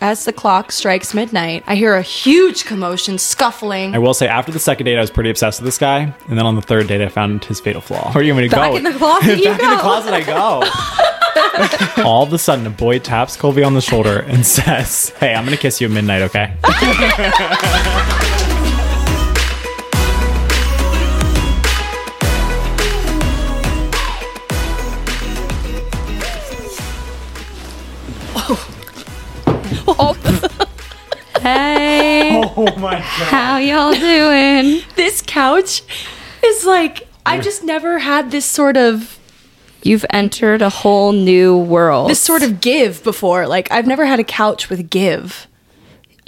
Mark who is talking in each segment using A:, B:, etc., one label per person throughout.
A: As the clock strikes midnight, I hear a huge commotion, scuffling.
B: I will say, after the second date, I was pretty obsessed with this guy, and then on the third date, I found his fatal flaw. Where are you going to go?
A: Back in the closet you
B: Back in the
A: go.
B: closet, I go. All of a sudden, a boy taps Colby on the shoulder and says, "Hey, I'm going to kiss you at midnight, okay?"
C: Hey,
B: oh my god!
C: how y'all doing?
A: This couch is like, I've just never had this sort of
C: You've entered a whole new world.
A: this sort of give before. Like I've never had a couch with give.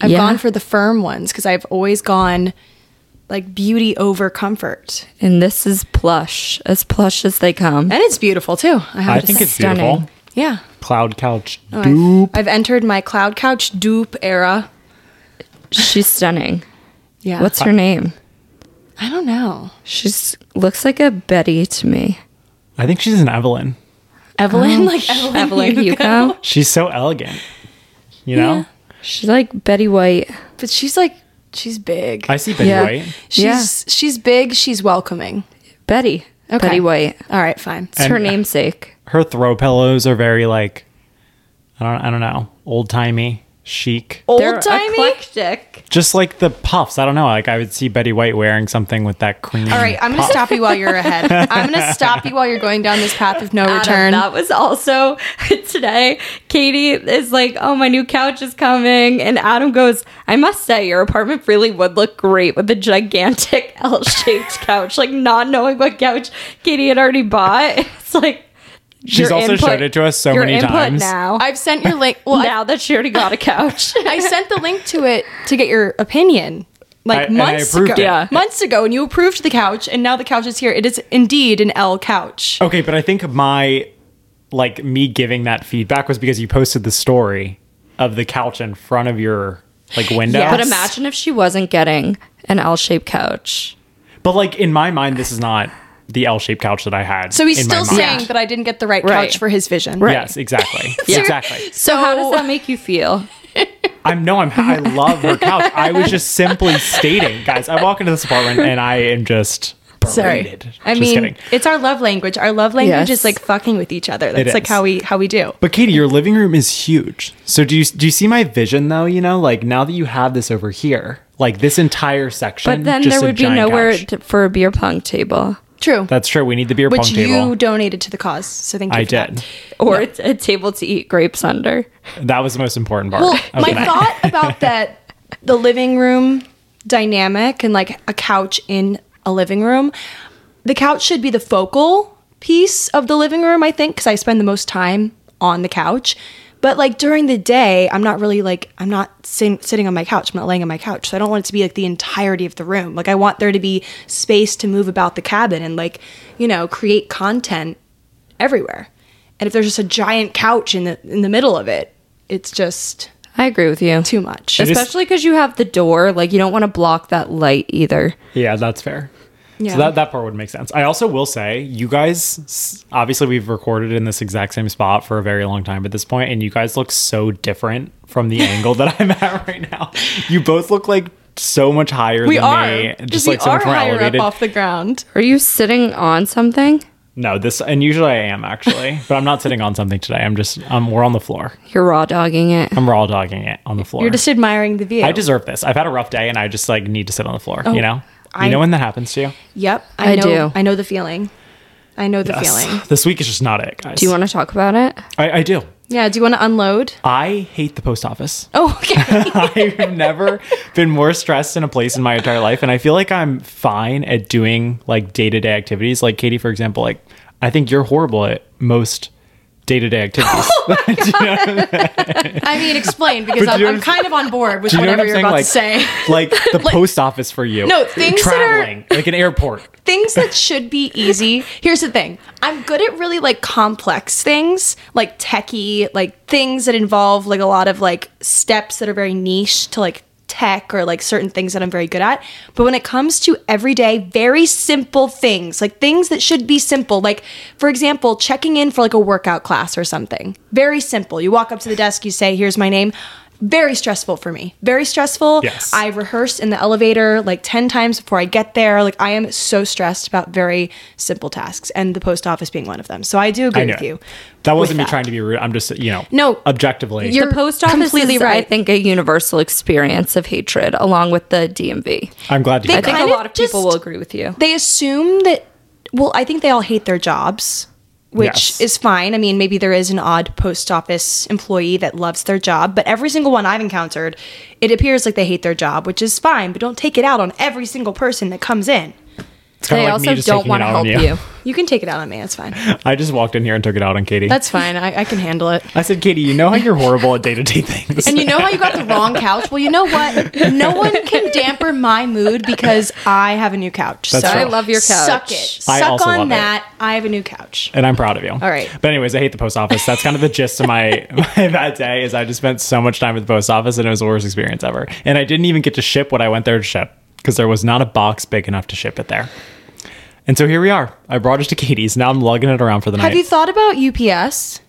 A: I've
C: Yeah.
A: gone for the firm ones because I've always gone like beauty over comfort,
C: and this is plush, as plush as they come.
A: and it's beautiful too. I, have
B: I
A: to
B: think
A: say.
B: it's
C: stunning.
B: beautiful.
A: yeah.
B: Cloud couch.
A: Oh, I've, I've entered my cloud couch dupe era.
C: She's stunning.
A: Yeah,
C: What's her name?
A: I don't know.
C: She's looks like a Betty to me. Oh.
B: I think she's an Evelyn.
A: Evelyn, like Evelyn,
C: Evelyn Hugo.
B: She's so elegant. You know,
C: She's like Betty White.
A: but she's like she's big.
B: I see Betty
C: Yeah.
B: White.
A: she's
C: Yeah.
A: she's big. She's welcoming.
C: Betty.
A: Okay.
C: Betty White.
A: All right, fine.
C: It's her
B: And-
C: namesake.
B: Her throw pillows are very like, I don't, I don't know, old timey, chic.
A: Old timey.
C: eclectic.
B: Just like the puffs. I don't know. Like I would see Betty White wearing something with that cream.
A: All right, I'm gonna stop you while you're ahead. I'm gonna stop you while you're going down this path of no return.
C: Adam, that was also today. Katie is like, "Oh, my new couch is coming," and Adam goes, "I must say, your apartment really would look great with a gigantic L-shaped couch." Like not knowing what couch Katie had already bought, it's like
B: She's
C: your
B: also
C: input-
B: showed it to us so
C: your
B: many
C: input
B: times.
C: Now,
A: I've sent your link. Well, I,
C: now that she already got a couch,
A: I sent the link to it to get your opinion.
B: I-
A: Like
B: and I
A: months ago,
B: approved it. Yeah.
A: months ago, and you approved the couch, and now the couch is here. It is indeed an L couch.
B: Okay, but I think my like me giving that feedback was because you posted the story of the couch in front of your like window.
C: but imagine if she wasn't getting an L-shaped couch.
B: But like in my mind, this is not the L-shaped couch that I had.
A: So he's
B: in my
A: still
B: mind.
A: saying that I didn't get the right,
C: Right.
A: couch for his vision.
B: Yes, exactly. Exactly.
A: So,
C: How does that make you feel?
B: I'm no, I'm I love her couch. I was just simply stating, guys, I walk into this apartment and I am just
A: Sorry.
B: berated.
A: I
B: just
A: mean,
B: kidding.
A: it's our love language. Our love language
C: Yes.
A: is like fucking with each other. That's like
B: is.
A: how we how we do.
B: But Katie, your living room is huge. So do you do you see my vision though? You know, like now that you have this over here, like this entire section.
C: But then
B: just
C: there
B: a
C: would be
B: giant
C: nowhere
B: couch.
C: to, for a beer pong table
A: True.
B: That's true. We need the beer
A: which
B: pong
A: you
B: table.
A: donated to the cause. So thank you.
B: I
A: for that.
B: did.
C: or a- a table to eat grapes under.
B: That was the most important part.
A: Well,
B: of
A: my
B: the night.
A: thought about that the living room dynamic and like a couch in a living room, the couch should be the focal piece of the living room, I think, because I spend the most time on the couch. But like during the day, I'm not really like, I'm not sitting, sitting on my couch. I'm not laying on my couch. So I don't want it to be like the entirety of the room. Like I want there to be space to move about the cabin and like, you know, create content everywhere. And if there's just a giant couch in the in the middle of it, it's just
C: I agree with you.
A: too much.
B: is-
C: Especially because you have the door, like you don't want to block that light either.
B: Yeah, that's fair.
A: Yeah.
B: So that, that part would make sense. I also will say, you guys, s- obviously, we've recorded in this exact same spot for a very long time at this point, and you guys look so different from the angle that I'm at right now. You both look like so much higher
A: we
B: than
A: are
B: me,
A: just
B: just
A: we
B: like so
A: are
B: much more
A: higher
B: elevated.
A: up off the ground.
C: Are you sitting on something?
B: No, this, and usually I am actually, but I'm not sitting on something today. I'm just, um, we're on the floor.
C: You're raw dogging it.
B: I'm raw dogging it on the floor.
A: You're just admiring the view.
B: I deserve this. I've had a rough day, and I just like need to sit on the floor. you know,
A: Oh, I-
B: you know when that happens to you.
A: Yep, I,
C: I
A: know,
C: do.
A: I know the feeling. I know the feeling.
B: This week is just not it, guys.
C: Do you want to talk about it?
B: I, I do.
A: Yeah. Do you want to unload?
B: I hate the post office.
A: Oh, okay.
B: I've never been more stressed in a place in my entire life. And I feel like I'm fine at doing like day to day activities. Like Katie, for example, like I think you're horrible at most day to day activities.
A: I mean, explain because
B: But do
A: I'm,
B: you
A: I'm
B: understand-
A: kind of on board with
B: Do you know
A: whatever
B: what I'm
A: you're
B: saying?
A: about
B: like,
A: to say.
B: like the post office for you.
A: No, things that are-
B: traveling, like an airport.
A: things that should be easy. Here's the thing. I'm good at really like complex things, like techie, like things that involve like a lot of like steps that are very niche to like tech or like certain things that I'm very good at. But when it comes to everyday very simple things, like things that should be simple, like for example, checking in for like a workout class or something. Very simple. You walk up to the desk, you say, "Here's my name." very stressful for me. Very stressful.
B: Yes.
A: I rehearse in the elevator like 10 times before I get there. Like I am so stressed about very simple tasks and the post office being one of them. So I do agree
B: I know.
A: with you.
B: That wasn't
A: with
B: me
A: that.
B: trying to be rude. I'm just, you know,
A: No.
B: objectively.
A: You're
C: the post office
A: completely
C: is, I
A: right.
C: think a universal experience of hatred, along with the DMV.
B: I'm glad you
A: They
C: I
B: did that.
C: think
A: kind
C: a
A: of
C: lot of people
A: just-
C: will agree with you.
A: They assume that well, I think they all hate their jobs, which
B: Yes.
A: is fine. I mean, maybe there is an odd post office employee that loves their job, but every single one I've encountered, it appears like they hate their job, which is fine, but don't take it out on every single person that comes in.
B: It's kind of
C: they
B: like
C: also
B: me just
C: don't
B: taking it
C: want to
B: out
C: help
B: on
C: you.
A: You can take it out on me, it's fine.
B: I just walked in here and took it out on Katie.
A: That's fine. I, I can handle it.
B: I said, Katie, you know how you're horrible at day to day things.
A: And you know how you got the wrong couch? Well, you know what? No one can damper my mood because I have a new couch.
B: That's
A: so
B: true. I
C: love your couch.
A: Suck it.
B: I
A: Suck
B: also love
A: on
B: it.
A: that. I have a new couch.
B: and I'm proud of you. All
A: right.
B: But anyways, I hate the post office. That's kind of the gist of my, my bad day is I just spent so much time at the post office and it was the worst experience ever. And I didn't even get to ship what I went there to ship because there was not a box big enough to ship it there. And so here we are. I brought it to Katie's. Now I'm lugging it around for the
A: Have
B: night.
A: you thought about UPS?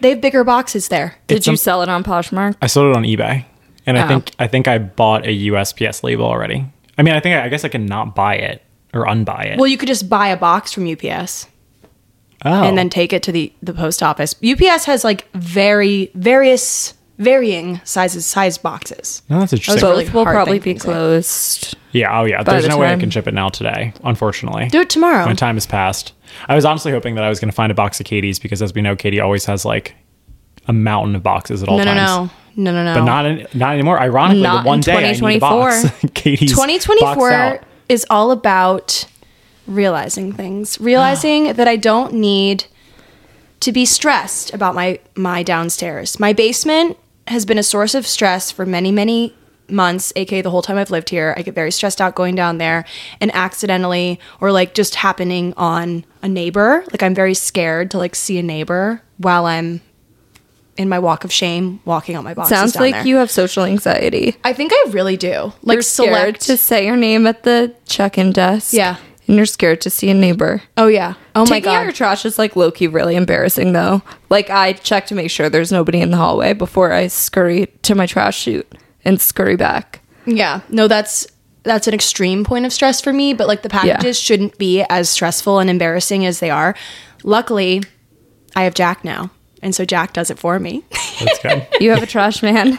A: They have bigger boxes there.
C: Did
B: It's
C: you
B: some-
C: sell it on Poshmark?
B: I sold it on eBay. And
C: Oh.
B: I think I think I bought a USPS label already. I mean, I think I, I guess I can not buy it or unbuy it.
A: Well, you could just buy a box from UPS
B: oh.
A: and then take it to the, the post office. UPS has like very various varying sizes size boxes.
B: no, that's interesting.
A: Both
C: Both
A: really
C: will
A: hard
C: probably
A: thing
C: be
A: to say.
C: closed.
B: Yeah, oh yeah. There's
C: the
B: no way I
C: time-
B: can ship it now today, unfortunately.
A: Do it tomorrow.
B: My time has passed. I was honestly hoping that I was going to find a box of Katie's because, as we know, Katie always has like a mountain of boxes at all
A: No, no, no.
B: times.
A: No, no, no.
B: But not in, not anymore. Ironically,
C: Not
B: the one
C: in
B: day I need a box,
C: 2024.
B: Katie's boxed
A: 2024
B: out.
A: is all about realizing things realizing that i don't need to be stressed about my my downstairs my basement has been a source of stress for many many months aka the whole time i've lived here i get very stressed out going down there and accidentally or like just happening on a neighbor like i'm very scared to like see a neighbor while i'm in my walk of shame walking on my boxes
C: Sounds
A: down
C: like
A: there.
C: you have social anxiety.
A: i think i really do like
C: you're scared
A: select
C: to say your name at the check-in desk.
A: Yeah.
C: And you're scared to see a neighbor.
A: Oh yeah. Oh my
C: Taking out your
A: god.
C: trash is like Loki really embarrassing though. Like I check to make sure there's nobody in the hallway before I scurry to my trash chute and scurry back.
A: yeah. No, that's that's an extreme point of stress for me, but like the packages shouldn't be as stressful and embarrassing as they are. Luckily, I have Jack now. And so Jack does it for me.
B: That's good.
C: You have a trash man.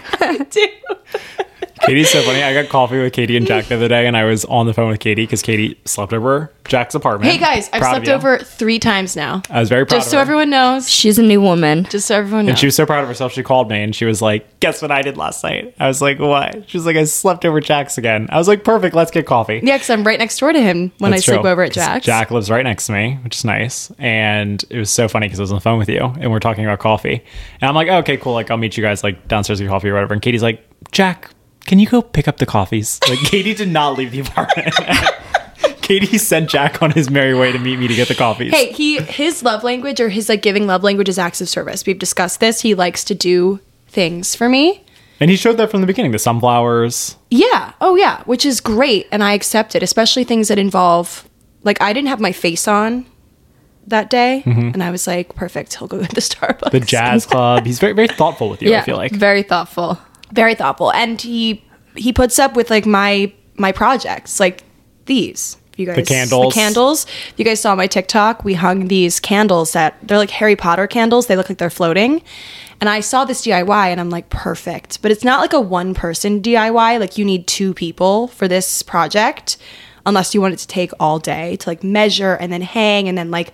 B: Katie's so funny. I got coffee with Katie and Jack the other day, and I was on the phone with Katie because Katie slept over Jack's apartment.
A: hey guys, I've
B: Proud of
A: slept
B: you.
A: over 3 times now.
B: I was very proud.
A: Just
B: of
A: so
B: her.
A: everyone knows.
C: She's a new woman.
A: Just so everyone
B: And
A: knows.
B: she was so proud of herself. She called me and she was like, "Guess what I did last night?" I was like, "What?" She was like, "I slept over Jack's again." I was like, "Perfect. Let's get coffee."
A: yeah, because I'm right next door to him when
B: That's
A: I sleep
B: true.
A: over at
B: 'Cause
A: Jack's.
B: Jack lives right next to me, which is nice. And it was so funny because I was on the phone with you and we're talking about coffee. And I'm like, "Oh, okay, cool. Like, I'll meet you guys like downstairs to get coffee or whatever. And Katie's like, Jack, can you go pick up the coffees? Like, Katie did not leave the apartment. Katie sent Jack on his merry way to meet me to get the coffees.
A: Hey, he his love language or his like giving love language is acts of service. We've discussed this. He likes to do things for me.
B: And he showed that from the beginning the sunflowers.
A: Yeah. Oh, yeah. Which is great. And I accept it, especially things that involve, like, I didn't have my face on that day. And I was like, perfect. He'll go to the Starbucks.
B: Mm-hmm. The jazz club. He's very, very thoughtful with you. I feel like
C: very thoughtful.
A: Very thoughtful. And he, he puts up with, like, my, my projects, like these. You guys,
B: candles.
A: The candles. If You guys saw my TikTok. We hung these candles that they're like Harry Potter candles. They look like they're floating. And I saw this DIY and I'm like, perfect. But it's not like a one person DIY. Like you need two people for this project, unless you want it to take all day to like measure and then hang and then like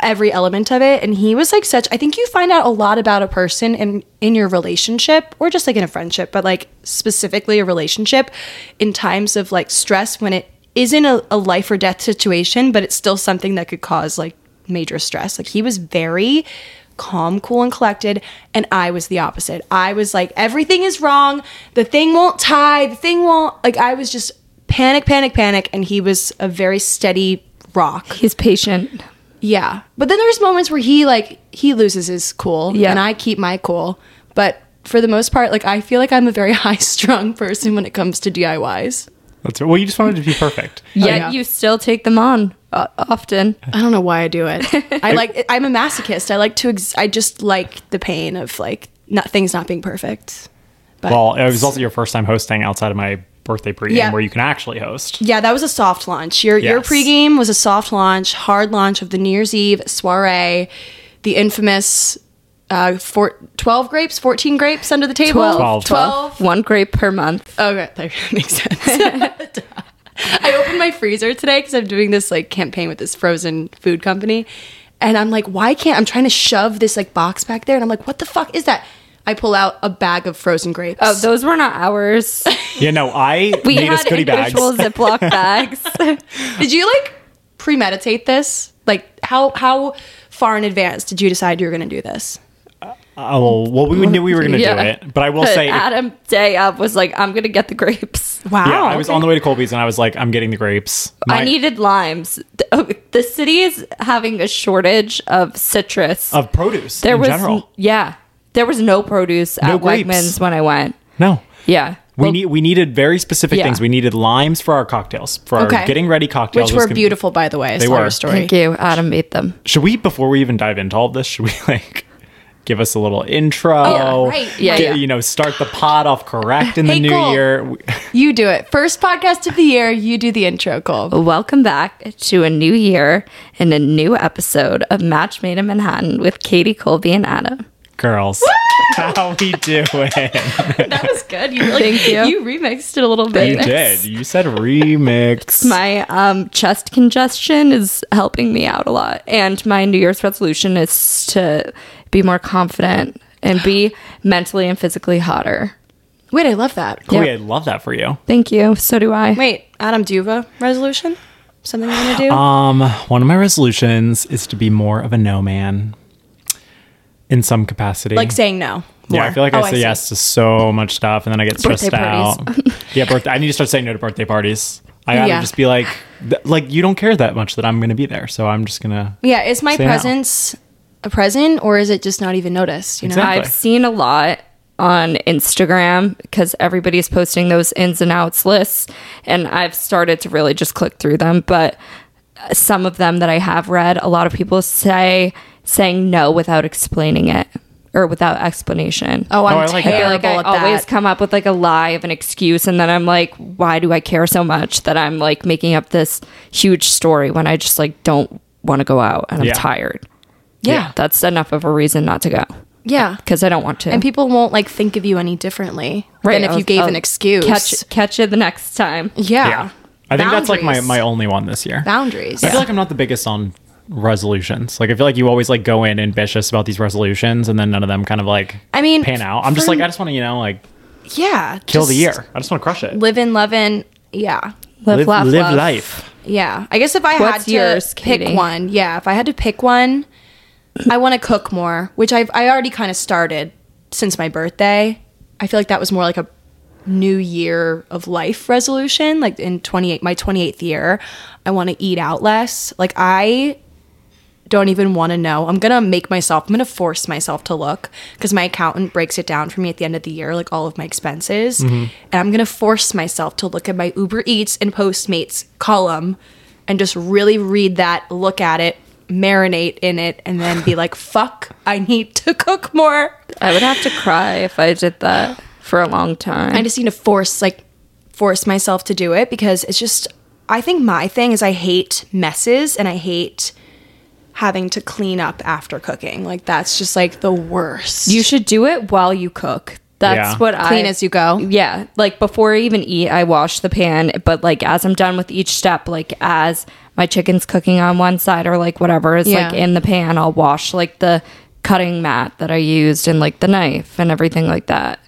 A: every element of it. And he was like such I think you find out a lot about a person in in your relationship or just like in a friendship, but like specifically a relationship in times of like stress when it isn't a, a life or death situation, but it's still something that could cause like major stress. Like he was very calm, cool, and collected. And I was the opposite. I was like, everything is wrong. The thing won't tie. The thing won't. Like I was just panic, panic, panic. And he was a very steady rock.
C: He's patient.
A: Oh, Yeah. But then there's moments where he like he loses his cool
C: Yeah.
A: and I keep my cool. But for the most part, like I feel like I'm a very high strung person when it comes to DIYs.
B: that's well. You just wanted to be perfect.
C: Yet
A: yeah.
C: you still take them on uh, often.
A: I don't know why I do it. I like I'm a masochist. I like to ex- I just like the pain of like not things not being perfect. But
B: Well, it was also your first time hosting outside of my birthday pregame
A: Yeah.
B: where you can actually host.
A: yeah, that was a soft launch. Your your
B: Yes.
A: pregame was a soft launch, hard launch of the New Year's Eve soiree, the infamous uh, four, 12 grapes, 14 grapes under the table.
B: Twelve.
A: 12.
C: One grape per month.
A: Okay, that makes sense. I opened my freezer today because I'm doing this like campaign with this frozen food company, and I'm like, why can't I'm trying to shove this like box back there, and I'm like, what the fuck is that? I pull out a bag of frozen grapes.
C: Oh, those were not ours.
B: Yeah, no, I
C: We
B: made us
C: had
B: goodie bags.
C: individual Ziploc bags.
A: did you like premeditate this? Like how how far in advance did you decide you were going to do this?
B: Oh, well, we knew we were going to
C: Yeah.
B: do it, but I will
C: But
B: say, if-
C: Adam day up was like, I'm gonna get the grapes.
A: Wow,
B: yeah, I was on the way to Colby's and I was like, I'm getting the grapes.
C: I
B: My-
C: needed limes. The, oh, the city is having a shortage of citrus.
B: of produce
C: there
B: in
C: was
B: general.
C: yeah, there was no produce
B: No
C: at
B: grapes.
C: Wegmans when I went.
B: No.
C: Yeah,
B: We
C: Well,
B: need we needed very specific
C: Yeah.
B: things. We needed limes for our cocktails, for
A: Okay.
B: our getting ready cocktails,
A: which
B: was
A: were
B: gonna-
A: beautiful by the way.
B: They
A: They were
B: were.
A: story.
C: Thank you, Adam. Ate them.
B: Should we, before we even dive into all of this, should we like give us a little intro?
A: yeah, right,
C: Oh, yeah,
B: get-
C: yeah.
B: You know, start the pod off correct in the
A: Hey,
B: new
A: Cole.
B: year. We-
A: You do it. First podcast of the year. You do the intro, Cole.
C: Welcome back to a new year and a new episode of Match Made in Manhattan with Katie Colby and Adam.
B: Girls, how we doing?
A: That was good. You really,
C: Thank you.
A: You remixed it a little bit.
B: You did. You said remix.
C: My um, chest congestion is helping me out a lot, and my New Year's resolution is to be more confident and be mentally and physically hotter.
A: Wait, I love that.
B: Chloe,
C: yeah.
B: I love that for you.
C: Thank you. So do I.
A: Wait, Adam, do you have a resolution? Something you want to do?
B: Um, one of my resolutions is to be more of a no man in some capacity.
A: like saying no.
B: yeah, I
A: more.
B: feel like
A: Oh,
B: I say
A: see.
B: yes to so much stuff, and then I get stressed
C: Birthday
B: out. yeah, birthday. I need to start saying no to birthday parties. I gotta
A: Yeah.
B: just be like, th- like you don't care that much that I'm gonna be there, so I'm just gonna.
A: Yeah, is my
B: Say no.
A: presence a present or is it just not even noticed? You know?
B: Exactly.
C: I've seen a lot on Instagram because everybody's posting those ins and outs lists, and I've started to really just click through them. But uh, some of them that I have read, a lot of people say saying no without explaining it or without explanation.
A: Oh, I'm
B: I like that.
A: terrible
B: I
C: like
A: at
C: I
A: that.
C: always come up with like a lie of an excuse, and then I'm like, why do I care so much that I'm like making up this huge story when I just like don't want to go out and I'm
B: Yeah.
C: tired.
A: yeah.
C: that's enough of a reason not to go
A: Yeah.
C: because I don't want to.
A: And people won't like think of you any differently
C: Right,
A: than if
C: I'll-
A: you gave
C: I'll
A: an excuse.
C: Catch catch it the next time.
A: Yeah.
B: I think that's like my
A: Boundaries.
B: my only one this year.
A: boundaries.
B: I feel like I'm not the biggest on resolutions. Like I feel like you always like go in ambitious about these resolutions, and then none of them kind of like
A: I mean,
B: pan out. I'm just
A: for-
B: like I just want to you know like
A: yeah.
B: kill the
A: just
B: year. I just want to crush it.
A: Live in, love in. Yeah.
C: Live, laugh,
B: live
C: love.
B: life.
A: Yeah. I guess if I
C: What's
A: had to
C: yours,
A: pick
C: Katie?
A: one, yeah, if I had to pick one, I want to cook more, which I've I already kind of started since my birthday. I feel like that was more like a new year of life resolution, like in 28 my 28th year, I want to eat out less. Like I don't even want to know. I'm going to make myself, I'm going to force myself to look because my accountant breaks it down for me at the end of the year, like all of my expenses. And I'm going to force myself to look at my Uber Eats and Postmates column and just really read that, look at it, marinate in it, and then be like, fuck, I need to cook more.
C: I would have to cry if I did that for a long time.
A: I just need to force like force myself to do it because it's just I think my thing is I hate messes and I hate having to clean up after cooking. Like that's just like the worst.
C: you should do it while you cook. That's
B: Yeah.
C: what I
A: clean as you go.
C: Yeah, like before I even eat, I wash the pan. But like as I'm done with each step, like as my chicken's cooking on one side or like whatever is
A: Yeah.
C: like in the pan, I'll wash like the cutting mat that I used and like the knife and everything like that,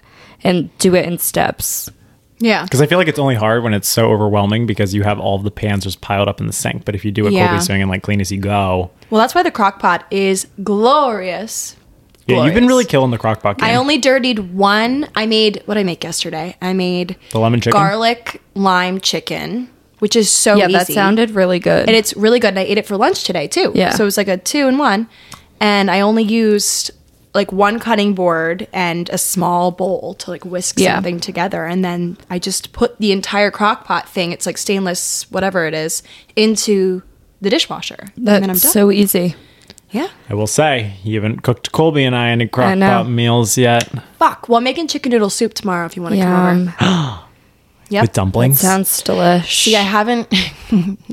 C: and do it in steps.
A: Yeah.
B: Because I feel like it's only hard when it's so overwhelming because you have all the pans just piled up in the sink. But if you do what
A: Yeah.
B: Colby's doing and like clean as you go,
A: Well, that's why the crock pot is glorious.
B: yeah, you've been
A: Glorious.
B: really killing the crock pot.
A: I
B: game.
A: only dirtied one. I made what I make yesterday. I made
B: The lemon chicken?
A: garlic lime chicken, which is so
C: Yeah, that
A: Oh, easy.
C: sounded really good.
A: and it's really good. And I ate it for lunch today too.
C: Yeah.
A: So it was like a two and one, and I only used like one cutting board and a small bowl to like whisk
C: Yeah.
A: something together, and then I just put the entire crock pot thing. It's like stainless, whatever it is, into the dishwasher, and then I'm done.
C: That's so easy.
A: Yeah.
B: I will say, you haven't cooked Colby and I any crock
C: know.
B: pot meals yet
A: Fuck. Well, I'm making chicken noodle soup tomorrow if you want to come over.
C: Yum.
A: Yep.
B: with dumplings.
C: Sounds delish.
A: Yeah, I haven't.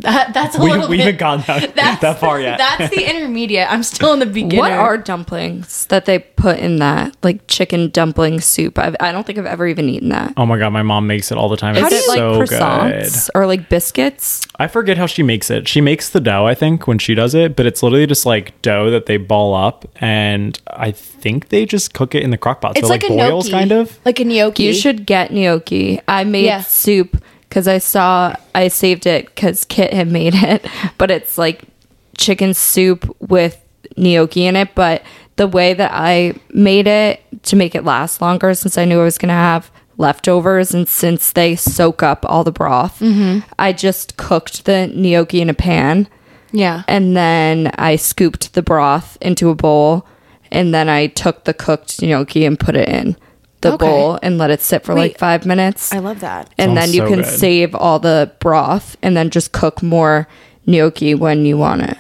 A: that, that's a
B: we,
A: little
B: we
A: bit.
B: haven't gone that,
A: that's,
B: that far yet.
A: That's the intermediate. I'm still in the beginner.
C: What are dumplings that they put in that like chicken dumpling soup? I've, I don't think I've ever even eaten that.
B: oh my god, my mom makes it all the time.
C: Is
B: It's
C: it like
B: so good.
C: croissants or like biscuits?
B: I forget how she makes it. She makes the dough, I think, when she does it, but it's literally just like dough that they ball up, and I think they just cook it in the crock pot.
A: It's
B: so
A: like,
B: it
A: a
B: boils,
A: gnocchi,
B: kind of.
A: like a gnocchi.
C: You should get gnocchi. I made
A: Yeah.
C: soup because I saw I saved it because Kit had made it, but it's like chicken soup with gnocchi in it. But the way that I made it to make it last longer, since I knew I was gonna have leftovers and since they soak up all the broth,
A: Mm-hmm.
C: I just cooked the gnocchi in a pan.
A: Yeah.
C: and then I scooped the broth into a bowl, and then I took the cooked gnocchi and put it in the
A: Okay.
C: bowl and let it sit for like
A: Wait.
C: five minutes.
A: I love that.
C: and then
B: Sounds
C: you
B: so
C: can
B: good.
C: save all the broth and then just cook more gnocchi when you want it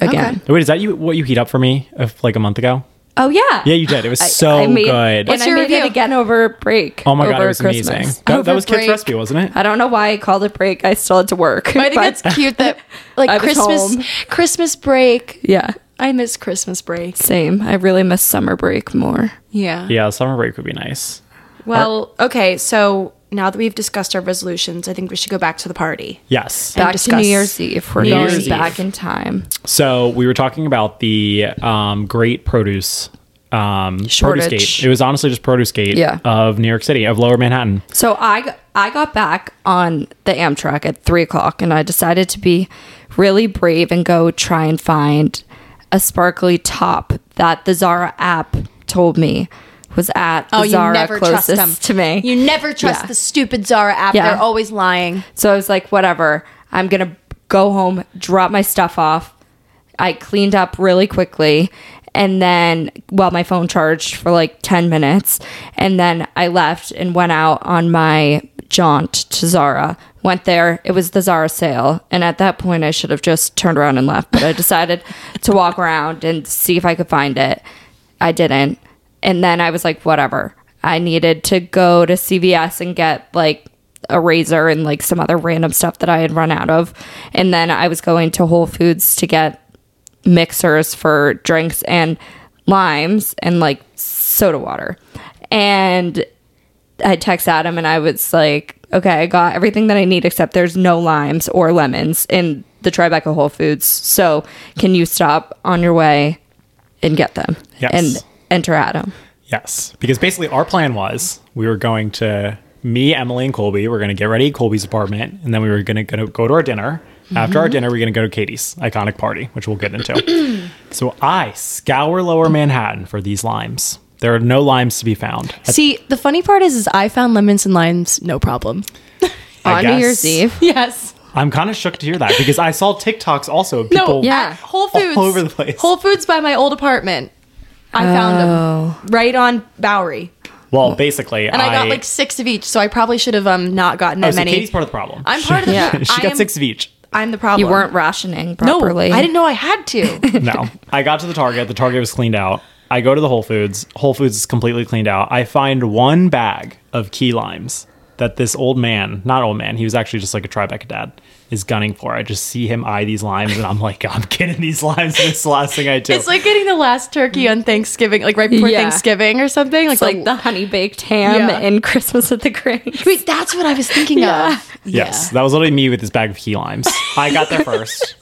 C: again.
B: Wait, is that you? What you heat up for me of like a month ago?
C: Oh yeah,
B: Yeah, you did. It was so
C: I made,
B: good.
C: And
A: What's
C: I
A: your
C: made it
A: review?
C: again over break.
B: Oh my
C: over
B: god, it was
C: Christmas.
B: amazing. That, that
A: Over
B: was Kit's
A: break.
B: recipe, wasn't it?
C: Oh, I don't know why I called it break. I still had to work.
A: I think
C: but-
A: that's cute that like
C: I was
A: Christmas
C: home.
A: Christmas break.
C: yeah,
A: I miss Christmas break.
C: same. I really miss summer break more.
A: Yeah.
B: Yeah, summer break would be nice.
A: Well, okay, so now that we've discussed our resolutions, I think we should go back to the party.
B: Yes.
C: Back to
A: discuss.
C: New Year's Eve. We're
B: New
C: going
B: Year's Eve.
C: back in time.
B: So we were talking about the um, great produce. Um, produce
C: Shortage.
B: gate. It was honestly just produce gate
C: Yeah.
B: of New York City, of Lower Manhattan.
C: So I g- I got back on the Amtrak at three o'clock, and I decided to be really brave and go try and find a sparkly top that the Zara app told me was at
B: Oh,
A: Oh,
C: the Zara closest to me.
A: You never trust
C: Yeah.
A: the stupid Zara app.
C: Yeah.
A: They're always lying.
C: So I was like, whatever. I'm going to go home, drop my stuff off. I cleaned up really quickly. And then, well, my phone charged for like 10 minutes. And then I left and went out on my jaunt to Zara. Went there. It was the Zara sale. And at that point, I should have just turned around and left. But I decided to walk around and see if I could find it. I didn't. And then I was like, whatever. I needed to go to CVS and get like a razor and like some other random stuff that I had run out of. And then I was going to Whole Foods to get mixers for drinks and limes and like soda water. And I text Adam and I was like, okay, I got everything that I need except there's no limes or lemons in the Tribeca Whole Foods. So can you stop on your way and get them
B: Yes.
C: and enter Adam?
B: Yes, because basically our plan was we were going to me, Emily, and Colby. We're going to get ready at Colby's apartment, and then we were going to go, go to our dinner. After
C: Mm-hmm.
B: our dinner, we're going to go to Katie's iconic party, which we'll get into. so I scour Lower Manhattan for these limes. There are no limes to be found.
A: See, the funny part is is I found lemons and limes no problem.
B: I
C: on New
B: guess.
C: Year's Eve.
A: Yes.
B: I'm kind of shook to hear that because I saw TikToks also. of People,
C: yeah.
A: at Whole
B: all
A: Foods.
B: over the place.
A: Whole Foods by my old apartment. I found them right on Bowery,
B: Well, basically,
A: and I, got like six of each. So I probably should have um not gotten
B: Oh,
A: that
B: so
A: many.
B: Katie's part of the problem.
A: I'm part of the.
C: Yeah.
B: she
A: I
B: got
A: am-
B: six of each.
A: I'm the problem.
C: You weren't rationing
A: No,
C: properly.
A: I didn't know I had to.
B: No. I got to the Target. The Target was cleaned out. I go to the Whole Foods. Whole Foods is completely cleaned out. I find one bag of key limes that this old man, not old man, he was actually just like a Tribeca dad, is gunning for. I just see him eye these limes and I'm like, I'm getting these limes. And it's the last thing I do.
A: it's like getting the last turkey on Thanksgiving, like right before
C: Yeah.
A: Thanksgiving or something. Like,
C: It's like the honey baked ham
A: Yeah.
C: and Christmas at the Cranks.
A: Wait, that's what I was thinking
C: Yeah.
A: of.
B: yes. That was literally me with this bag of key limes. I got there first.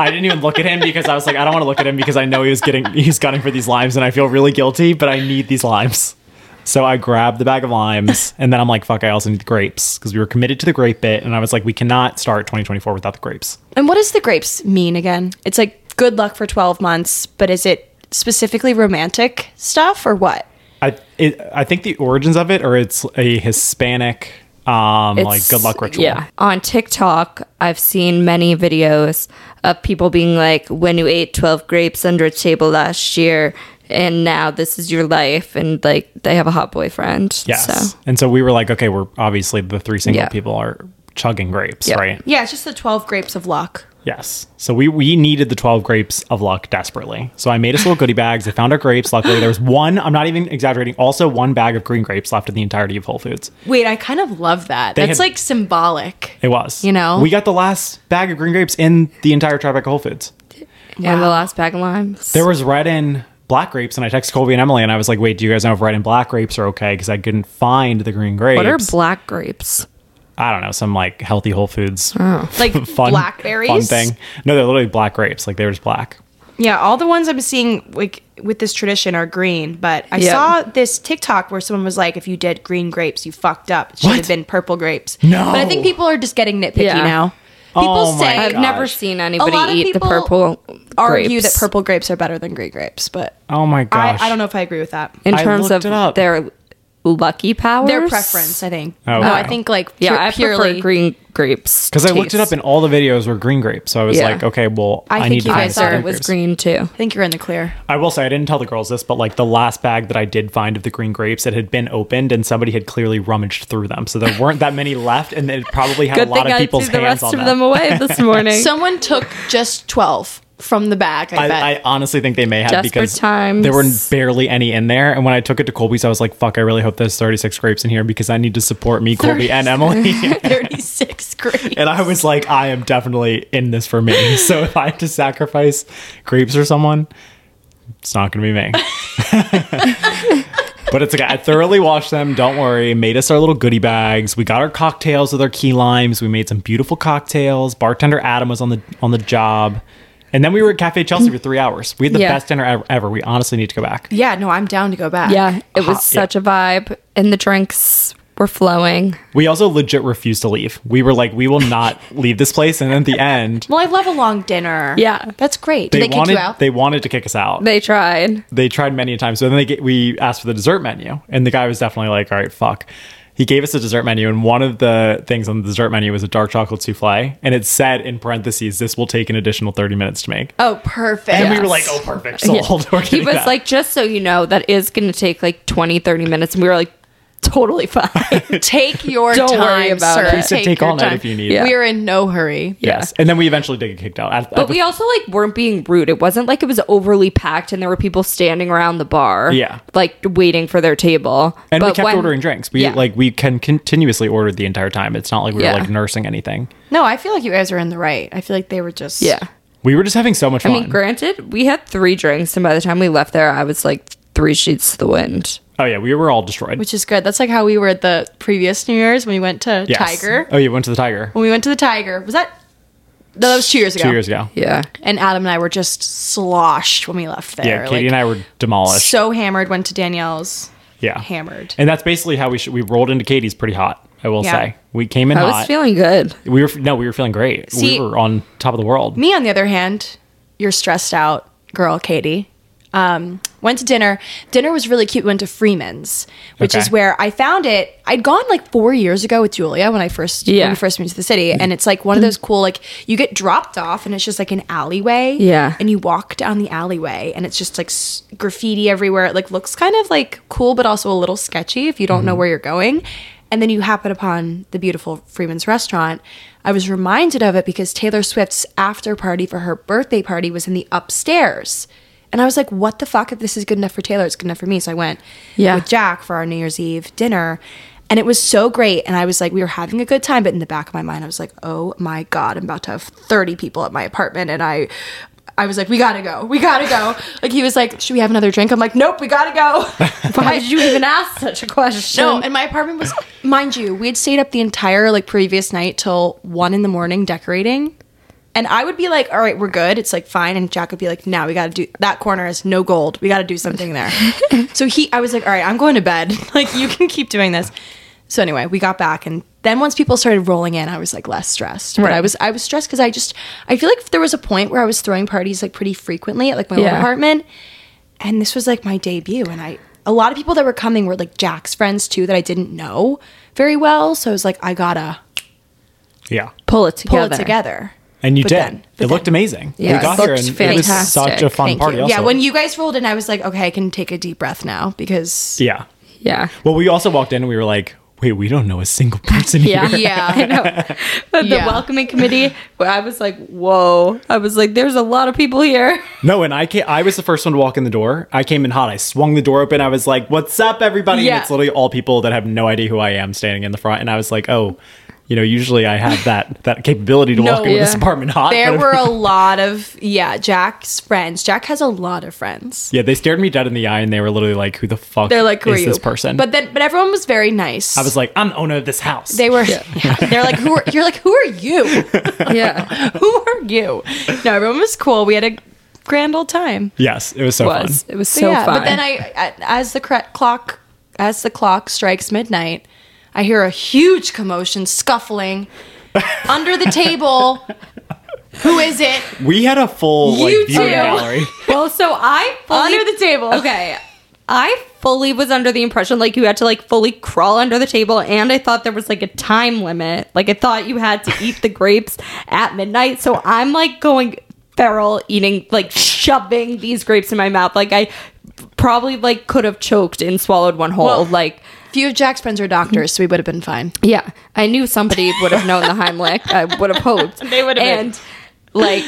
B: I didn't even look at him because I was like, I don't want to look at him because I know he was getting he's gunning for these limes and I feel really guilty, but I need these limes. So I grabbed the bag of limes and then I'm like, fuck, I also need the grapes because we were committed to the grape bit and I was like, we cannot start 2024 without the grapes.
A: And what does the grapes mean again? It's like good luck for 12 months, but is it specifically romantic stuff or what?
B: I it, I think the origins of it are it's a Hispanic um like
C: It's-
B: good luck ritual.
C: Yeah. On TikTok, I've seen many videos of people being like, when you ate 12 grapes under a table last year, and now this is your life. And like, they have a hot boyfriend.
B: Yes.
C: So
B: And so we were like, okay, we're obviously the three single
C: Yeah.
B: people are chugging grapes,
C: Yeah.
B: right?
A: Yeah, it's just the 12 grapes of luck.
B: Yes. So we, we needed the 12 grapes of luck desperately. So I made us little goodie bags. I found our grapes. Luckily, there was one, I'm not even exaggerating, also one bag of green grapes left in the entirety of Whole Foods.
D: Wait, I kind of love that. That's
B: had-
D: like symbolic.
B: It was.
D: You know?
B: We got the last bag of green grapes in the entire Tribeca Whole Foods.
C: One of the last bag of limes.
B: There was red and black grapes, and I texted Colby and Emily, and I was like, wait, do you guys know if red and black grapes are okay? Because I couldn't find the green grapes.
C: what are black grapes?
B: I don't know, some like healthy Whole Foods
A: Oh.
D: Like
B: fun,
D: blackberries.
B: fun thing. No, they're literally black grapes. Like they were just black.
D: Yeah, all the ones I'm seeing like with this tradition are green, but I
C: Yeah.
D: saw this TikTok where someone was like, "If you did green grapes, you fucked up. It should
B: What?
D: have been purple grapes."
B: No.
D: but I think people are just getting nitpicky
C: Yeah.
D: now.
B: Oh
D: People
B: my
D: say
B: God.
C: I've
B: Gosh.
C: never seen anybody
D: lot of
C: eat the
D: people
C: purple
D: argue that
C: grapes.
D: purple grapes are better than green grapes, but
B: Oh my
D: I,
B: gosh.
D: I don't know if I agree with that.
C: in
B: I
C: terms
B: looked
C: of
B: it up.
C: their lucky powers.
D: Their preference, I think.
B: Oh,
D: No,
B: okay.
D: I think like
C: Yeah,
D: pure-
C: I
D: purely
C: prefer green grapes
B: Because I looked it up
C: taste.
B: and all the videos were green grapes. So I was
C: Yeah.
B: like, okay, well,
D: I
B: I,
D: think
B: need
D: you
B: to
C: I
D: guys
B: find some
C: thought
D: are-
C: it was green too.
D: I think you're in the clear.
B: I will say, I didn't tell the girls this, but like the last bag that I did find of the green grapes, it had been opened and somebody had clearly rummaged through them. So there weren't that many left. And it probably had
C: Good
B: a lot
C: thing
B: of
C: I
B: people's
C: threw the
B: hands
C: rest
B: on
C: of
B: them.
C: them away this morning.
A: Someone took just 12 from the bag, I, bet.
B: I, I honestly think they may have
C: Desperate
B: because
C: times.
B: there were barely any in there. And when I took it to Colby's, I was like, fuck, I really hope there's 36 grapes in here because I need to support me, Colby, and Emily.
A: 36 grapes.
B: and I was like, I am definitely in this for me. So if I have to sacrifice grapes or someone, it's not going to be me. but it's okay. I thoroughly washed them. Don't worry. Made us our little goodie bags. We got our cocktails with our key limes. We made some beautiful cocktails. Bartender Adam was on the on the job. And then we were at Cafe Chelsea for three hours. We had the
C: Yeah.
B: best dinner ever, ever. We honestly need to go back.
D: Yeah, no, I'm down to go back.
C: yeah, it was
B: yeah.
C: such a vibe, and the drinks were flowing.
B: We also legit refused to leave. We were like, we will not leave this place. And then at the end,
D: Well, I love a long dinner.
C: Yeah.
D: that's great.
A: they kick you
B: wanted
A: out?
B: they wanted to kick us out.
C: They tried.
B: they tried many times. So then they get, we asked for the dessert menu, and the guy was definitely like, "All right, fuck." He gave us a dessert menu, and one of the things on the dessert menu was a dark chocolate souffle, and it said in parentheses, "This will take an additional thirty minutes to make."
A: oh, perfect.
B: and we were like, "Oh, perfect, sold." We're
C: He
B: getting
C: was
B: that.
C: like, just so you know, that is going to take like 20, 30 minutes. And we were like, totally fine.
A: take your
C: Don't
A: time,
C: worry about
A: sir.
C: it.
B: He said "Oh, take
A: your
B: all night if you need it.
A: We're in no hurry.
B: "Yes," and then we eventually did get kicked out. At- at
C: But
B: the-
C: we also like weren't being rude. It wasn't like it was overly packed and there were people standing around the bar.
B: Yeah.
C: Like waiting for their table.
B: and we
C: But
B: kept
C: when-
B: ordering drinks. We
C: Yeah.
B: like we can continuously ordered the entire time. It's not like we
C: Yeah.
B: were like nursing anything.
A: No, I feel like you guys are in the right. I feel like they were just.
C: Yeah.
B: We were just having so much
C: I
B: fun.
C: mean, granted, we had three drinks and by the time we left there, I was like three sheets to the wind.
B: oh yeah, we were all destroyed.
A: Which is good. That's like how we were at the previous New Year's when we went to
B: Yes.
A: Tiger.
B: Oh, you went to the Tiger
A: When we went to the Tiger. Was that. No, that was two years ago.
B: two years ago.
C: Yeah.
A: And Adam and I were just sloshed when we left there.
B: Yeah, Katie
A: like,
B: and I were demolished.
A: So hammered, went to Danielle's.
B: yeah
A: hammered.
B: and that's basically how we should we rolled into katie's pretty hot i will
A: Yeah.
B: say we came in
C: I
B: hot
C: was feeling good.
B: we were no we were feeling great
A: See-
B: we were on top of the world
A: Me, on the other hand, you're stressed out girl, Katie. Um, went to dinner. Dinner was really cute. We went to Freeman's, which
B: Okay.
A: is where I found it. I'd gone like four years ago with Julia when I first when
C: Yeah.
A: we first moved to the city, and it's like one of those cool like you get dropped off and it's just like an alleyway.
C: Yeah.
A: and you walk down the alleyway and it's just like s- graffiti everywhere. It like looks kind of like cool, but also a little sketchy if you don't know where you're going. And then you happen upon the beautiful Freeman's restaurant. I was reminded of it because Taylor Swift's after party for her birthday party was in the upstairs. And I was like, what the fuck? If this is good enough for Taylor, it's good enough for me. So I went
C: Yeah.
A: with Jack for our New Year's Eve dinner. And it was so great. And I was like, we were having a good time. But in the back of my mind, I was like, oh my God, I'm about to have 30 people at my apartment. And I I was like, we gotta go. We gotta go. like he was like, should we have another drink? I'm like, nope, we gotta go.
C: Why did you even ask such a question?
A: No, and my apartment was, mind you, we had stayed up the entire like previous night till one in the morning decorating. And I would be like, all right, we're good. It's like fine. And Jack would be like, no, we got to do that corner is no gold. We got to do something there. so he, I was like, all right, I'm going to bed. Like, you can keep doing this. So anyway, we got back. And then once people started rolling in, I was like less stressed. But I
C: Right.
A: was, I was stressed because I just, I feel like there was a point where I was throwing parties like pretty frequently at like my old
C: Yeah.
A: apartment and this was like my debut and i a lot of people that were coming were like jack's friends too that i didn't know very well so i was like i gotta
B: yeah
C: pull it
A: pull
C: together.
A: it together
B: and you
A: But
B: did
A: then-
B: it looked amazing
C: Yeah,
B: we
C: it
B: got here
C: looked
B: and it was such a
C: fantastic.
B: fun
A: Thank
B: party
A: you.
B: also.
A: yeah when you guys rolled in i was like okay i can take a deep breath now because
B: yeah
C: Yeah.
B: well we also walked in and we were like wait, we don't know a single person
C: Yeah.
B: here.
C: I
A: Yeah.
C: know. But the
A: Yeah.
C: welcoming committee, well, I was like, whoa. I was like, there's a lot of people here.
B: No, and I came, I was the first one to walk in the door. I came in hot. I swung the door open. I was like, "What's up, everybody?"
C: Yeah.
B: And it's literally all people that have no idea who I am standing in the front. And I was like, "Oh, you know, usually I have that that capability to walk into
C: yeah.
B: this apartment hot."
A: There
B: but-
A: were a lot of yeah, Jack's friends. Jack has a lot of friends.
B: yeah, they stared me dead in the eye, and they were literally like, "Who the fuck?"
A: They're like, who
B: is
A: are you?
B: this person?
A: But then, but everyone was very nice.
B: I was like, "I'm the owner of this house."
A: they were. yeah, they're like, who? Are, you're like, who are you?
C: Yeah.
A: who are you? No, everyone was cool. We had a grand old time.
B: yes, it was so
C: was.
B: fun.
C: It was
A: But
C: so
A: yeah,
C: fun.
A: but then I, I- as the cre- clock, as the clock strikes midnight, I hear a huge commotion, scuffling under the table. Who is it?
B: We had a full like
A: You
B: viewing
A: two.
B: gallery.
C: well, so I fully,
A: Under the table.
C: Okay, I fully was under the impression like you had to like fully crawl under the table, and I thought there was like a time limit. Like I thought you had to eat the grapes at midnight. So I'm like going feral, eating like shoving these grapes in my mouth. Like I probably like could have choked and swallowed one whole.
A: Well-
C: like
A: Few of Jack's friends are doctors, so we would have been fine.
C: yeah, I knew somebody would have known the Heimlich. I would have hoped they would have. And like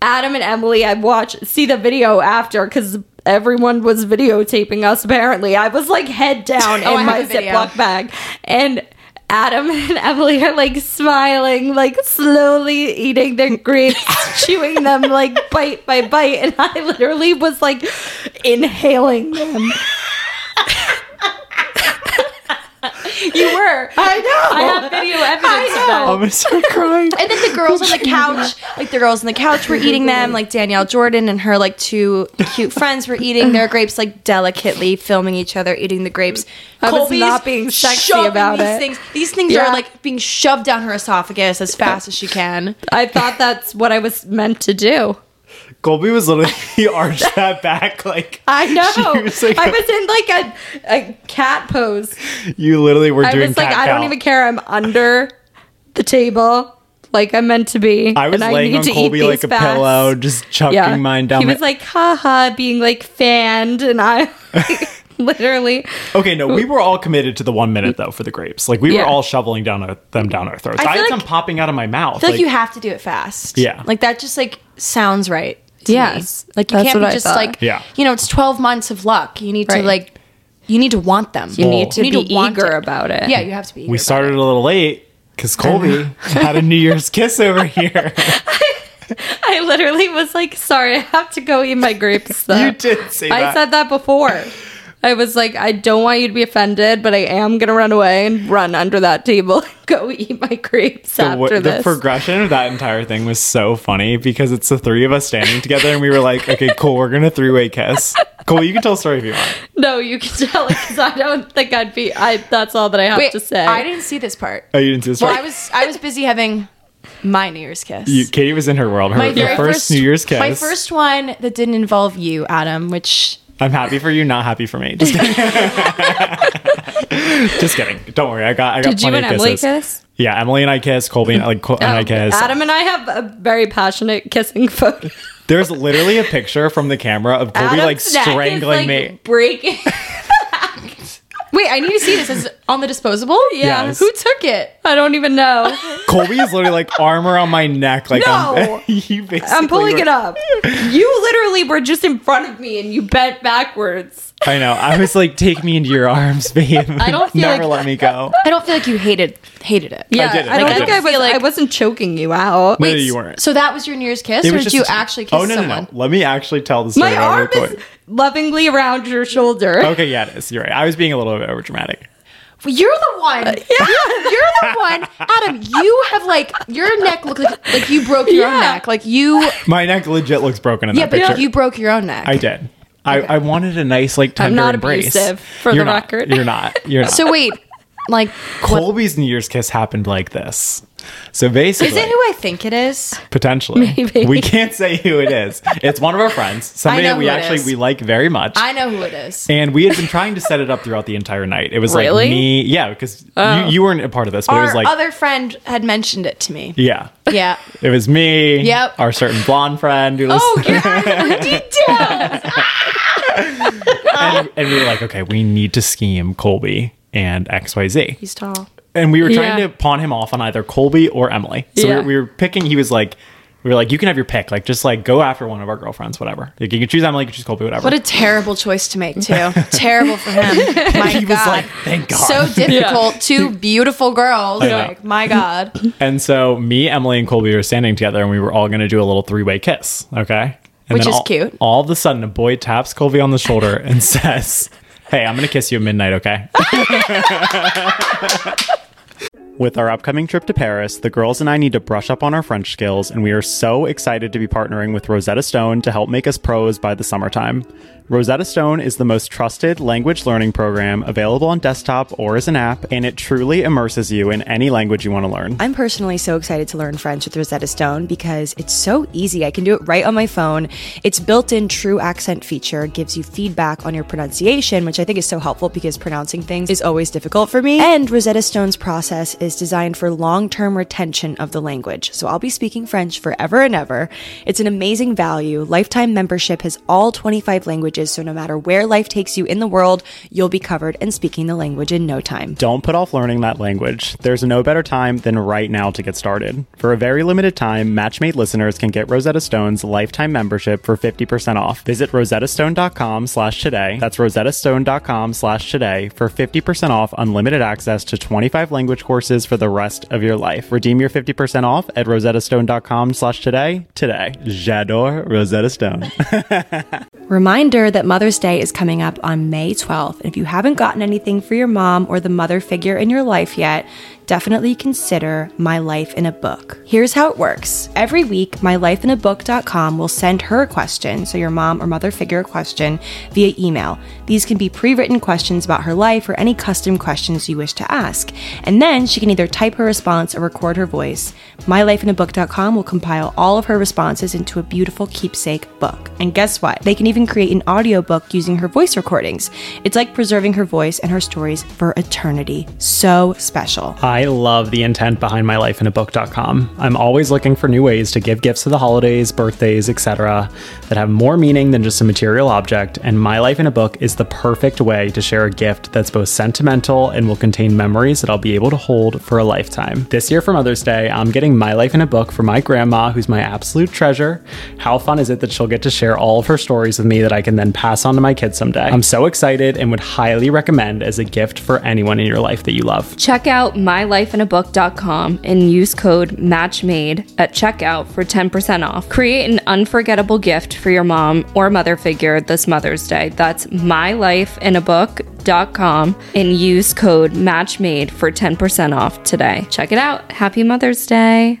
C: Adam and Emily, I watched see the video after because everyone was videotaping us. Apparently, I was like head down
A: Oh, I have
C: in my
A: the video.
C: Ziploc bag, and Adam and Emily are like smiling, like slowly eating their grapes, chewing them like bite by bite, and I literally was like inhaling them.
A: You were.
C: I know. I have video evidence of that.
B: I'm so crying.
A: And then the girls on the couch, like the girls on the couch were eating them, like Danielle Jordan and her like two cute friends were eating their grapes, like delicately filming each other eating the grapes.
C: I was not being sexy
A: shoving
C: about
A: these
C: it.
A: Things, these things
C: Yeah.
A: are like being shoved down her esophagus as fast as she can.
C: I thought that's what I was meant to do.
B: Colby was literally he arched that back like
C: I
B: She
C: know.
B: was like-
C: I was in like a, a cat pose.
B: you literally were
C: I
B: doing.
C: was like,
B: cat
C: I don't
B: cow.
C: even care. I'm under the table like I'm meant to be.
B: I was
C: and
B: laying
C: need
B: on
C: to eat
B: Colby
C: these
B: like a
C: facts.
B: pillow, just chucking
C: Yeah.
B: mine down.
C: He
B: my-
C: was like, haha, being like fanned. And I literally,
B: okay, no, we were all committed to the one minute though for the grapes. Like we
C: Yeah.
B: were all shoveling down our, them down our throats. I,
A: I
B: had
A: feel
B: some
A: like-
B: popping out of my mouth.
A: I feel like, you have to do it fast.
B: Yeah.
A: Like that just like sounds right. To
C: Yes.
A: Me. Like you
C: That's
A: can't be
C: what I
A: just
C: thought.
A: like
B: Yeah.
A: you know, it's twelve months of luck. You need
C: Right.
A: to like you need to want them.
C: you need
B: Well-
C: to
A: You
C: be
A: need to want
C: eager
A: it.
C: about it.
A: Yeah, you have to be. eager
B: we
A: about
B: started
A: it.
B: a little late because Colby had a New Year's kiss over here.
C: I literally was like, sorry, I have to go eat my grapes. Though.
B: you did say
C: I
B: that.
C: said that before. I was like, I don't want you to be offended, but I am gonna run away and run under that table and go eat my grapes
B: the,
C: after
B: wa- the
C: this.
B: progression of that entire thing was so funny because it's the three of us standing together and we were like, okay, cool, we're gonna three way kiss. Cool, you can tell a story if you want.
C: no, you can tell it because I don't think I'd be. I that's all that I have
A: Wait,
C: to say.
A: I didn't see this part.
B: Oh, you didn't see the story.
A: Well, I was I was busy having my New Year's kiss.
B: You- Katie was in her world. Her,
A: my
B: your
A: very
B: first, New Year's kiss.
A: My first one that didn't involve you, Adam, which
B: I'm happy for you, not happy for me. Just kidding. Just kidding. Don't worry. I got. I got
C: Did you
B: plenty
C: and
B: of
C: Emily
B: kisses.
C: kiss?
B: Yeah, Emily and I kissed. Colby and, like, Col- and I
C: Um,
B: kissed.
C: Adam and I have a very passionate kissing photo.
B: There's literally a picture from the camera of Colby
C: Adam's
B: like
C: neck is,
B: strangling
C: like,
B: me.
C: breaking.
A: Wait, I need to see this. Is it on the disposable?
C: Yeah.
B: Yes.
A: Who took it?
C: I don't even know.
B: Colby is literally like arm around my neck. Like
C: No!
B: I'm, you basically
C: I'm pulling
B: were-
C: it up. You literally were just in front of me and you bent backwards.
B: I know. I was like, take me into your arms, babe. I
A: don't feel
B: never
A: like-
B: let me go.
A: I don't feel like you hated hated it.
C: Yeah, I,
B: didn't.
C: don't
B: I
C: think I
B: didn't.
C: was.
A: Feel like-
C: I wasn't choking you out.
B: Wait, no, you weren't.
A: So that was your New Year's kiss,
B: It
A: or
B: was
A: did
B: just
A: you
B: a-
A: actually kiss
B: Oh no, no,
A: someone?
B: no. Let me actually tell the story.
C: My
B: real
C: arm is
B: quick.
C: lovingly around your shoulder.
B: Okay, yeah, it is. You're right. I was being a little bit over dramatic.
A: Well, You're the one. You're the one, Adam. You have like your neck looked like like you broke your
C: Yeah.
A: own neck. Like you,
B: My neck legit looks broken in
A: yeah,
B: that picture.
A: but you broke your own neck.
B: I did. I, I wanted a nice like tender
C: not
B: embrace.
C: abusive, for
B: You're
C: the
B: not.
C: record.
B: You're not. You're not.
A: so wait, like,
B: Colby's New Year's kiss happened like this. So basically,
A: is it who I think it is?
B: potentially,
C: Maybe.
B: we can't say who it is. It's one of our friends, somebody
A: know
B: that we
A: who it
B: actually
A: is.
B: we like very much.
A: I know who it is.
B: and we had been trying to set it up throughout the entire night. It was
C: Really?
B: like me, yeah, because you, you weren't a part of this, but it
A: Oh. Our
B: was like,
A: other friend had mentioned it to me.
B: yeah,
A: Yeah.
B: it was me,
A: Yep.
B: our certain blonde friend who was,
A: Oh, your eyes are detailed.
B: and, and we were like, okay, we need to scheme Colby and XYZ.
D: He's tall.
B: And we were trying
C: Yeah.
B: to pawn him off on either Colby or Emily. So we,
C: Yeah.
B: were, we were picking, he was like, we were like, you can have your pick. Like, just like go after one of our girlfriends, whatever. Like, you can choose Emily, you can choose Colby, whatever.
A: What a terrible choice to make, too. terrible for him. My
B: he
A: God.
B: was like, thank God.
A: so difficult. Two beautiful girls.
B: know.
A: Like, my God.
B: And so me, Emily, and Colby were standing together, and we were all going to do a little three-way kiss. Okay, and
A: Which
B: then
A: is
B: all-
A: cute.
B: All of a sudden, a boy taps Colby on the shoulder and says, "Hey, I'm going to kiss you at midnight." Okay. With our upcoming trip to Paris, the girls and I need to brush up on our French skills, and we are so excited to be partnering with Rosetta Stone to help make us pros by the summertime. Rosetta Stone is the most trusted language learning program available on desktop or as an app, and it truly immerses you in any language you want to learn.
E: I'm personally so excited to learn French with Rosetta Stone because it's so easy. I can do it right on my phone. Its built in true accent feature gives you feedback on your pronunciation, which I think is so helpful because pronouncing things is always difficult for me. And Rosetta Stone's process is designed for long term retention of the language. So I'll be speaking French forever and ever. It's an amazing value. Lifetime membership has all 25 languages, so no matter where life takes you in the world, you'll be covered and speaking the language in no time.
B: Don't put off learning that language. There's no better time than right now to get started. For a very limited time, Matchmade listeners can get Rosetta Stone's lifetime membership for 50% off. Visit rosettastone.com slash today. That's rosettastone.com slash today for 50% off unlimited access to 25 language courses for the rest of your life. Redeem your 50% off at rosettastone.com slash today today. J'adore Rosetta Stone.
E: Reminder that Mother's Day is coming up on May 12th. And if you haven't gotten anything for your mom or the mother figure in your life yet, definitely consider My Life in a Book. Here's how it works every week, mylifeinabook.com will send her a question, so your mom or mother figure a question, via email. These can be pre written questions about her life or any custom questions you wish to ask. And then she can either type her response or record her voice. MyLifeInABook.com will compile all of her responses into a beautiful keepsake book. And guess what? They can even create an audiobook using her voice recordings. It's like preserving her voice and her stories for eternity. So special.
B: I love the intent behind my life in a book.com. I'm always looking for new ways to give gifts to the holidays, birthdays, etc. that have more meaning than just a material object, and my life in a book is the perfect way to share a gift that's both sentimental and will contain memories that I'll be able to hold for a lifetime. This year for Mother's Day, I'm getting my life in a book for my grandma who's my absolute treasure. How fun is it that she'll get to share all of her stories with me that I can then pass on to my kids someday? I'm so excited and would highly recommend as a gift for anyone in your life that you love.
C: Check out mylifeinabook.com and use code MATCHMADE at checkout for 10% off. Create an unforgettable gift for your mom or mother figure this Mother's Day. That's mylifeinabook.com and use code MATCHMADE for 10% off today. Check it out. Happy Mother's Day.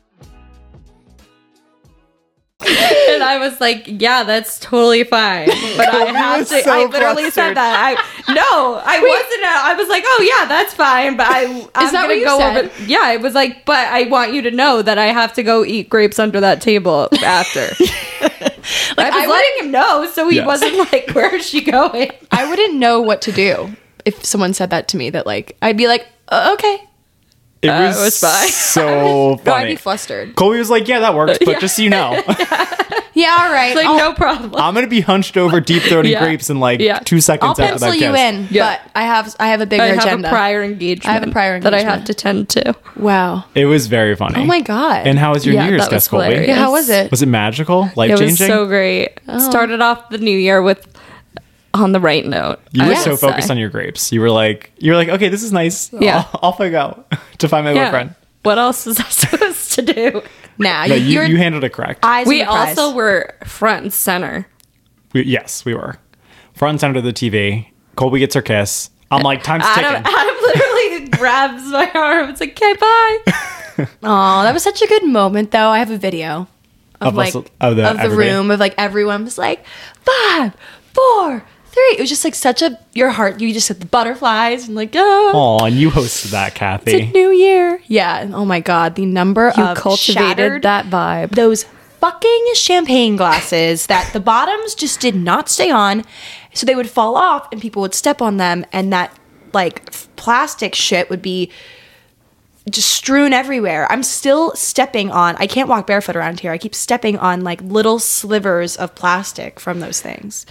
C: And I was like, yeah, that's totally fine. But I have to. I literally said that. I no, I wasn't. I was like, oh yeah, that's fine. But I I'm
A: that what
C: gonna
A: you
C: go
A: said?
C: over. Yeah, I was like, but I want you to know that I have to go eat grapes under that table after. I was letting him know, so he
B: Yes.
C: wasn't like, where is she going?
A: I wouldn't know what to do if someone said that to me, that, like, I'd be like, "Uh, okay.
B: It was,
C: Uh, it was fine.
B: so
A: No,
B: funny.
A: I'd be flustered.
B: Colby was like, "Yeah, that works," but just so you know,
A: Yeah, all right.
C: Like,
A: I'll,
C: no problem.
B: I'm gonna be hunched over deep throating
C: Yeah.
B: grapes in like
C: Yeah.
B: two seconds
A: I'll
B: after that
A: pencil you
B: kiss.
A: in,
C: Yeah.
A: but I have I have a bigger
C: I have
A: agenda.
C: a prior engagement.
A: I have a prior
C: that I
A: engagement.
C: had to tend to.
A: wow.
B: It was very funny.
A: Oh my God.
B: And how was your
C: Yeah,
B: New Year's
C: that was
B: guest, Colby?
A: Yeah,
C: hilarious.
A: how was it?
B: Was it magical? Life
C: It
A: Oh.
B: changing?
C: was so great. Started off the new year with on the right note.
B: You
C: I
B: were
C: would
B: so focused
C: say.
B: on your grapes. You were like, you were like, okay, this is nice.
C: Yeah.
B: Off- off I go to find my
C: yeah.
B: boyfriend.
C: What else is I supposed to do?
A: Nah,
B: No,
A: you,
B: you,
A: your
B: you handled it correct.
A: eyes.
C: we
A: on the prize.
C: also were front and center.
B: We- yes, we were front and center to the TV. Colby gets her kiss. I'm like, time's
C: Adam,
B: ticking.
C: Adam literally grabs my arm. It's like, okay, bye.
A: Oh, that was such a good moment, though. I have a video of,
B: Of
A: like
B: us- of the-
A: of the
B: everybody.
A: room of like everyone was like five, four, three. It was just like such a your heart. You just had the butterflies and like oh,
B: Oh, and you hosted that,
A: it's a
B: Kathy.
A: new year. Yeah. and oh my God, the number of shattered,
C: that vibe.
A: those fucking champagne glasses that the bottoms just did not stay on, so they would fall off and people would step on them, and that like f- plastic shit would be just strewn everywhere. I'm still stepping on. I can't walk barefoot around here. I keep stepping on like little slivers of plastic from those things.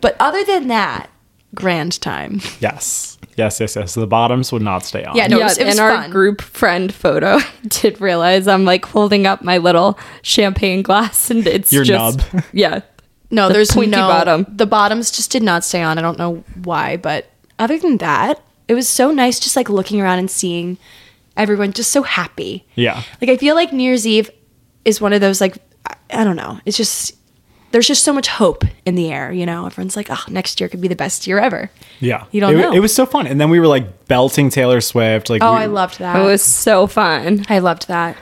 A: But other than that, grand time.
B: Yes. Yes, yes, yes. The bottoms would not stay on.
A: Yeah, no, it was, it was
C: in our
A: fun.
C: group friend photo, I did realize I'm like holding up my little champagne glass and it's
B: Your
C: just
B: nub.
C: yeah.
A: No,
C: The
A: there's
C: pointy
A: no
C: bottom.
A: The bottoms just did not stay on. I don't know why, but other than that, it was so nice just like looking around and seeing everyone just so happy.
B: Yeah.
A: Like I feel like New Year's Eve is one of those like I, I don't know. It's just there's just so much hope in the air, you know. Everyone's like, "Oh, next year could be the best year ever."
B: Yeah.
A: You don't
B: it,
A: know.
B: It was so fun. And then we were like belting Taylor Swift. Like,
A: Oh,
B: we-
A: I loved that.
C: It was so fun.
A: I loved that.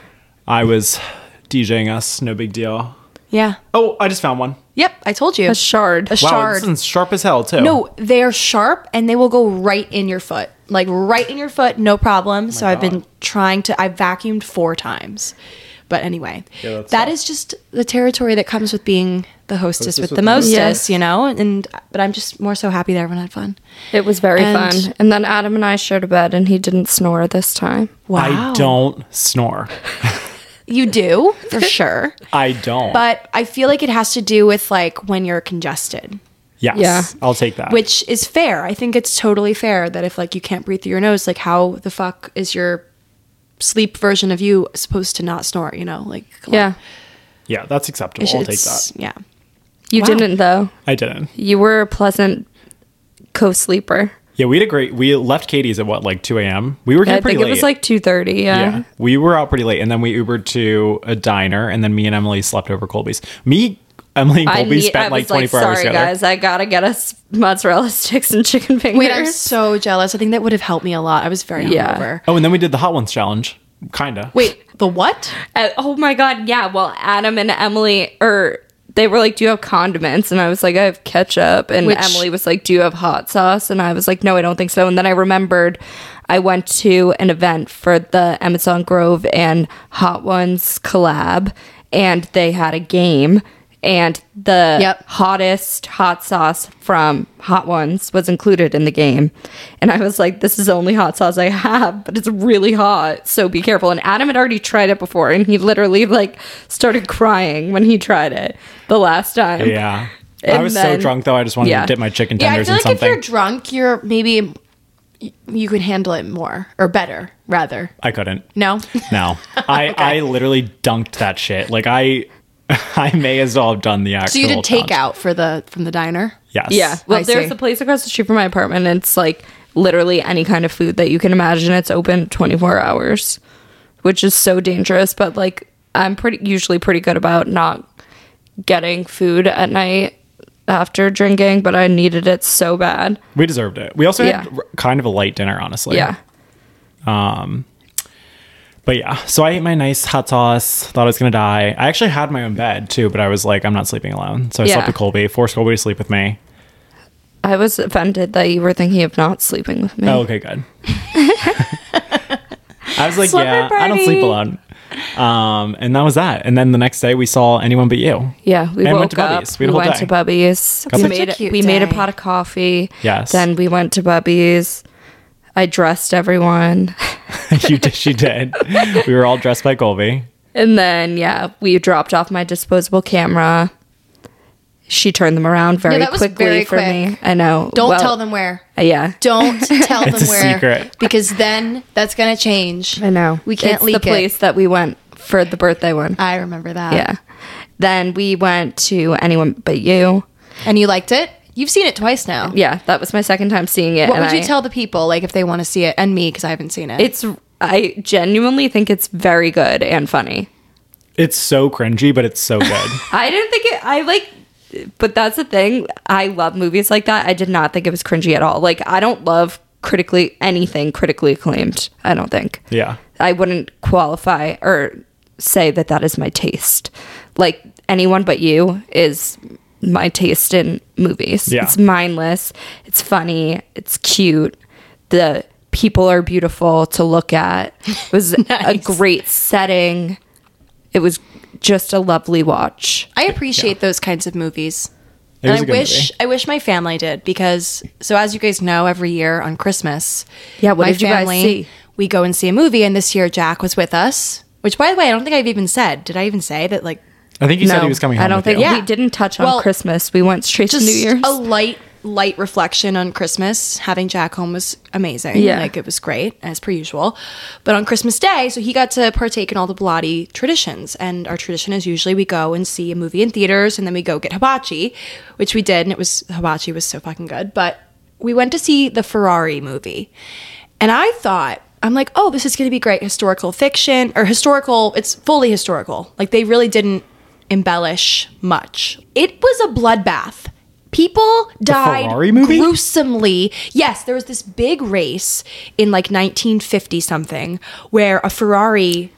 B: I was DJing us. No big deal.
A: Yeah.
B: Oh, I just found one.
A: Yep, I told you.
C: A shard.
A: A
B: Wow,
A: shard.
B: this is sharp as hell too.
A: No, they are sharp and they will go right in your foot. Like right in your foot, no problem. so I've been
B: Oh God.
A: trying to I vacuumed four times. But anyway,
B: Yeah, that's
A: that
B: tough.
A: is just the territory that comes with being the hostess,
B: Hostess
A: with,
B: with
A: the
B: the
A: mostess,
C: Yes.
A: you know? And but I'm just more so happy that everyone had fun.
C: It was very
A: And-
C: fun. And then Adam and I shared a bed and he didn't snore this time.
A: Wow.
B: I don't snore.
A: You do, for sure.
B: I don't.
A: But I feel like it has to do with like when you're congested.
B: yes,
C: Yeah.
B: I'll take that.
A: which is fair. I think it's totally fair that if like you can't breathe through your nose, like how the fuck is your sleep version of you supposed to not snore? You know, like come
C: Yeah.
B: yeah, that's
A: on.
B: acceptable.
A: It's-
B: I'll take
A: it's-
B: that.
A: Yeah,
C: You
A: Wow.
C: didn't though.
B: I didn't.
C: You were a pleasant co sleeper.
B: Yeah, we had a great. We left Katie's at what, like two a.m. We were here
C: I
B: pretty
C: think
B: late.
C: it was like two thirty, yeah.
A: Uh-huh.
B: yeah, we were out pretty late, and then we Ubered to a diner, and then me and Emily slept over Colby's. Me, Emily, and
C: I,
B: Colby
C: need, I
B: spent
C: was
B: like twenty four hours
C: sorry
B: together.
C: guys, I gotta get us mozzarella sticks and chicken fingers.
A: wait, I'm so jealous. I think that would have helped me a lot. I was very
C: Yeah.
A: hungover.
B: Oh, and then we did the hot ones challenge. Kinda.
A: Wait, the what?
C: Uh, oh my god, yeah. Well, Adam and Emily or they were like, "Do you have condiments?" And I was like, "I have ketchup." And
A: Which-
C: Emily was like, "Do you have hot sauce?" And I was like, "No, I don't think so." And then I remembered I went to an event for the Amazon Grove and Hot Ones collab, and they had a game. And the
A: Yep.
C: hottest hot sauce from Hot Ones was included in the game. And I was like, this is the only hot sauce I have, but it's really hot. So be careful. And Adam had already tried it before and he literally like started crying when he tried it the last time.
B: Yeah. I
C: And
B: was
C: then-
B: so drunk though. I just wanted
C: yeah.
B: to dip my chicken
A: Yeah, I
B: tenders
A: feel
B: in
A: like if
B: something.
A: you're drunk, you're maybe y- you could handle it more or better, rather.
B: I couldn't.
A: No,
B: No, I I literally dunked that shit. Like I, I may as well have done the actual.
A: so you did
B: challenge.
A: takeout for the from the diner.
B: Yes.
C: Yeah. Well,
A: I
C: there's
A: see.
C: a place across the street from my apartment. And it's like literally any kind of food that you can imagine. It's open 24 hours, which is so dangerous. But like, I'm pretty usually pretty good about not getting food at night after drinking, but I needed it so bad.
B: We deserved it. We also had
C: Yeah.
B: r- kind of a light dinner, honestly. Um,
C: Yeah.
B: But yeah, so I ate my nice hot sauce. Thought I was gonna die. I actually had my own bed too, but I was like, I'm not sleeping alone. So I
C: Yeah.
B: slept with Colby. Forced Colby to sleep with me.
C: I was offended that you were thinking of not sleeping with me.
B: Oh, okay, good. I was like,
C: Slumber
B: yeah, I don't sleep alone. Um, and that was that. And then the next day, we saw anyone but you.
C: Yeah, we
B: And
C: woke
B: went to
C: up.
B: Bubby's. We
C: We,
B: had a whole
C: went
B: day.
C: to Bubby's. We
B: Such a
C: made a-
A: cute
C: we made a
A: day.
C: pot of coffee.
B: Yes.
C: Then we went to Bubby's. I dressed everyone,
B: you did. She did. we were all dressed by Colby.
C: and then yeah, we dropped off my disposable camera. She turned them around very
A: that was
C: quickly
A: very
C: for me.
A: quick.
C: I know.
A: Don't
C: Well,
A: tell them where.
C: Yeah.
A: Don't tell
B: It's
A: them
B: a
A: where
B: secret.
A: because then that's gonna change.
C: I know.
A: We can't
C: it's
A: leak
C: the place that we went for the birthday one.
A: it. I remember that.
C: yeah. Then we went to anyone but you.
A: And you liked it? You've seen it twice now.
C: Yeah, that was my second time seeing it.
A: What
C: and
A: would you
C: I-
A: tell the people, like, if they want to see it, and me because I haven't seen it?
C: It's. I genuinely think it's very good and funny.
B: It's so cringy, but it's so good.
C: I didn't think it. I like. But that's the thing. I love movies like that. I did not think it was cringy at all. Like I don't love critically anything critically acclaimed. I don't think.
B: yeah.
C: I wouldn't qualify or say that that is my taste. Like anyone but you is my taste in movies.
B: Yeah.
C: It's mindless. It's funny. It's cute. The people are beautiful to look at. It was a great setting. It was just a lovely watch.
A: I appreciate those kinds of movies.
B: It
A: and
B: was
A: I
B: a good
A: wish
B: movie.
A: I wish my family did because so as you guys know, every year on Christmas,
C: Yeah, what
A: my
C: did you guys see?
A: we go and see a movie, and this year Jack was with us. Which, by the way, I don't think I've even said. Did I even say that? Like,
B: I think you said he was coming home.
C: I don't
B: with
C: think
B: you.
A: you.
C: we
A: Yeah.
C: didn't touch on
A: Well,
C: Christmas. We went straight to
A: just
C: New Year's.
A: a light, light reflection on Christmas. Having Jack home was amazing.
C: Yeah.
A: like it was great as per usual. But on Christmas Day, so he got to partake in all the Bilotti traditions. And our tradition is usually we go and see a movie in theaters, and then we go get hibachi, which we did, and it was hibachi was so fucking good. But we went to see the Ferrari movie, and I thought. I'm like, oh, this is going to be great historical fiction or historical. It's fully historical. Like, they really didn't embellish much. It was a bloodbath. People died
B: Ferrari movie?
A: gruesomely. Yes, there was this big race in like 1950 something where a Ferrari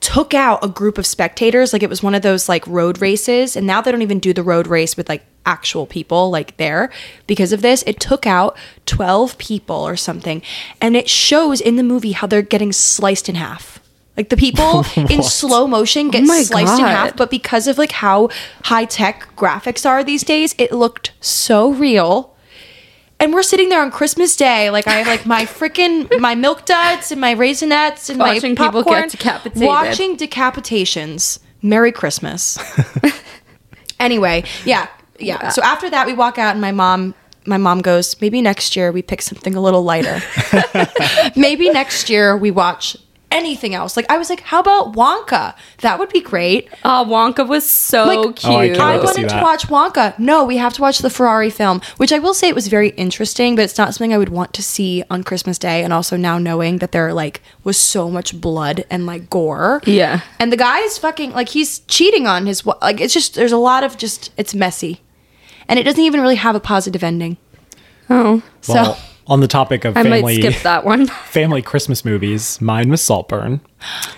A: took out a group of spectators. Like it was one of those like road races. And now they don't even do the road race with like actual people like there because of this. It took out 12 people or something. And it shows in the movie how they're getting sliced in half. Like the people in slow motion get
C: Oh my
A: sliced in
C: God.
A: half, but because of like how high tech graphics are these days, it looked so real. And we're sitting there on Christmas Day, like I have like my freaking my milk duds and my raisinettes and
C: Watching
A: my
C: people
A: popcorn,
C: get decapitated.
A: watching decapitations. Merry Christmas. anyway, yeah, yeah. So after that, we walk out, and my mom, my mom goes, maybe next year we pick something a little lighter. maybe next year we watch anything else. Like I was like, how about Wonka? That would be great.
C: Oh, Wonka was so
A: Like,
C: cute.
B: Oh, I can't wait
A: I
B: to see
A: wanted to
B: that.
A: watch Wonka. No, we have to watch the Ferrari film, which I will say it was very interesting, but it's not something I would want to see on Christmas Day. And also now knowing that there like was so much blood and like gore.
C: Yeah.
A: And the guy is fucking like he's cheating on his wa- like it's just there's a lot of just it's messy, and it doesn't even really have a positive ending.
C: oh,
A: So
B: Well, on the topic of
C: I might
B: family
C: skip that one.
B: family Christmas movies, mine was Saltburn.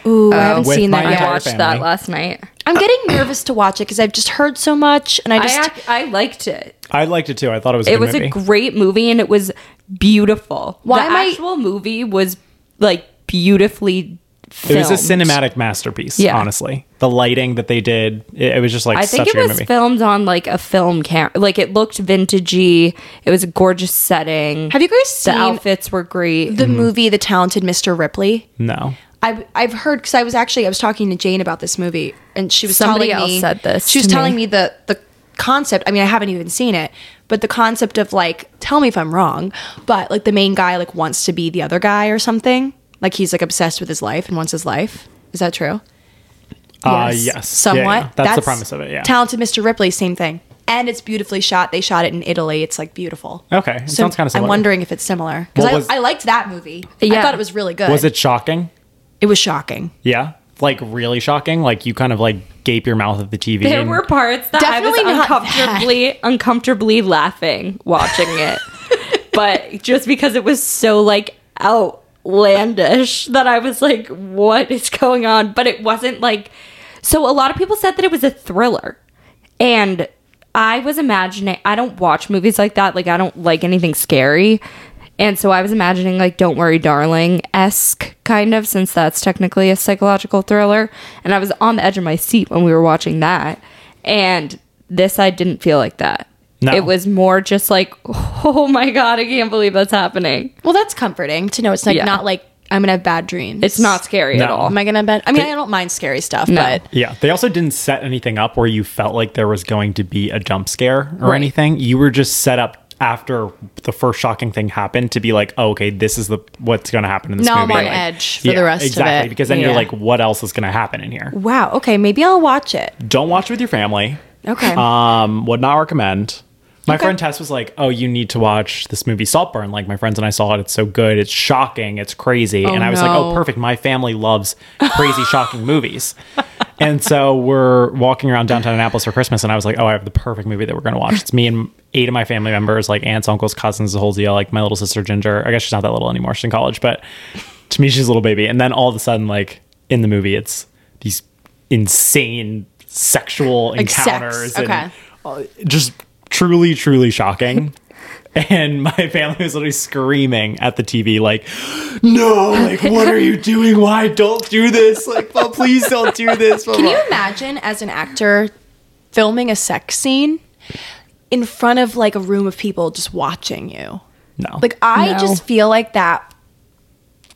A: ooh, I haven't
B: uh, with
A: seen that
B: my-
A: yet.
B: entire
C: I watched that
B: family.
C: last night.
A: I'm getting nervous to watch it because I've just heard so much, and I just
C: I ac- I liked it.
B: I liked it too. I thought it was a
C: It
B: good
C: was
B: movie.
C: a great movie and it was beautiful.
A: Why
C: the
A: am I-
C: actual movie was like beautifully
B: it was
C: filmed.
B: a cinematic masterpiece,
C: Yeah.
B: honestly. The lighting that they did, it, it was just like
C: I
B: such
C: think
B: a
C: it
B: good
C: was
B: movie.
C: filmed on like a film camera. Like it looked vintagey. It was a gorgeous setting.
A: have you guys
C: the
A: seen
C: outfits were great.
B: Mm-hmm.
A: the movie The Talented Mr. Ripley?
B: no.
A: I've, I've heard because I was actually I was talking to Jane about this movie and she was
C: Somebody
A: telling
C: else
A: me,
C: said this
A: She was
C: to
A: telling
C: me.
A: me the the concept. I mean, I haven't even seen it, but the concept of like, tell me if I'm wrong, but like the main guy like wants to be the other guy or something. Like he's like obsessed with his life and wants his life. Is that true?
B: Uh, yes.
C: Yes.
B: Yeah, yeah.
A: Somewhat.
B: That's, the premise of it, yeah.
A: Talented Mr. Ripley, same thing, and it's beautifully shot. They shot it in Italy. It's like beautiful.
B: Okay, it sounds kinda
A: I'm
B: similar.
A: wondering if it's similar
B: What
A: because
B: was-
A: I, I liked that movie. I
C: Yeah.
A: thought it was really good.
B: was it shocking?
A: It was shocking.
B: Yeah. Like really shocking. Like you kind of like gape your mouth at the TV.
C: there
B: and-
C: were parts that
A: Definitely
C: I
A: not
C: was
A: that.
C: uncomfortably uncomfortably laughing watching it. but just because it was so like outlandish that I was like what is going on? But it wasn't like so a lot of people said that it was a thriller. And I was imagining I don't watch movies like that. Like I don't like anything scary. And so I was imagining like Don't Worry Darling esque kind of, since that's technically a psychological thriller. And I was on the edge of my seat when we were watching that. And this I didn't feel like that.
B: No.
C: It was more just like, oh my God, I can't believe that's happening.
A: Well, that's comforting to know it's like
C: Yeah.
A: not like I'm gonna have bad dreams.
C: It's not scary at
B: No.
C: all.
A: Am I gonna have bad? I mean, I don't mind scary stuff, but
B: Yeah, they also didn't set anything up where you felt like there was going to be a jump scare or
C: Right.
B: anything. You were just set up after the first shocking thing happened to be like, oh, okay, this is the what's going to happen in this
A: Now I'm
B: movie.
A: on
B: Like,
A: edge for the rest of
B: exactly,
A: it.
B: Because then you're
C: Yeah.
B: like, what else is going to happen in here?
A: wow. Okay, maybe I'll watch it.
C: Uh,
B: Don't watch with your family.
A: Okay.
B: Um, would not recommend. My friend Tess was like, "Oh, you need to watch this movie Saltburn." Like my friends and I saw it. It's so good. It's shocking. It's crazy. and I was like, "Oh,
D: no.
B: perfect. My family loves crazy, shocking movies." And so we're walking around downtown Annapolis for Christmas, and I was like, "Oh, I have the perfect movie that we're going to watch." It's me and eight of my family members, like aunts, uncles, cousins, the whole deal. Like my little sister Ginger. I guess she's not that little anymore. She's in college, but to me, she's a little baby. And then all of a sudden, like in the movie, it's these insane sexual
D: sex,
B: encounters
D: okay.
B: and uh, just truly, truly shocking. and my family was literally screaming at the TV, like, "No! Like, what are you doing? Why don't do this? Like, well, please don't do this." Blah,
A: Can
B: blah.
A: you imagine as an actor filming a sex scene in front of like a room of people just watching you?
B: No.
A: Like I
C: No.
A: just feel like that.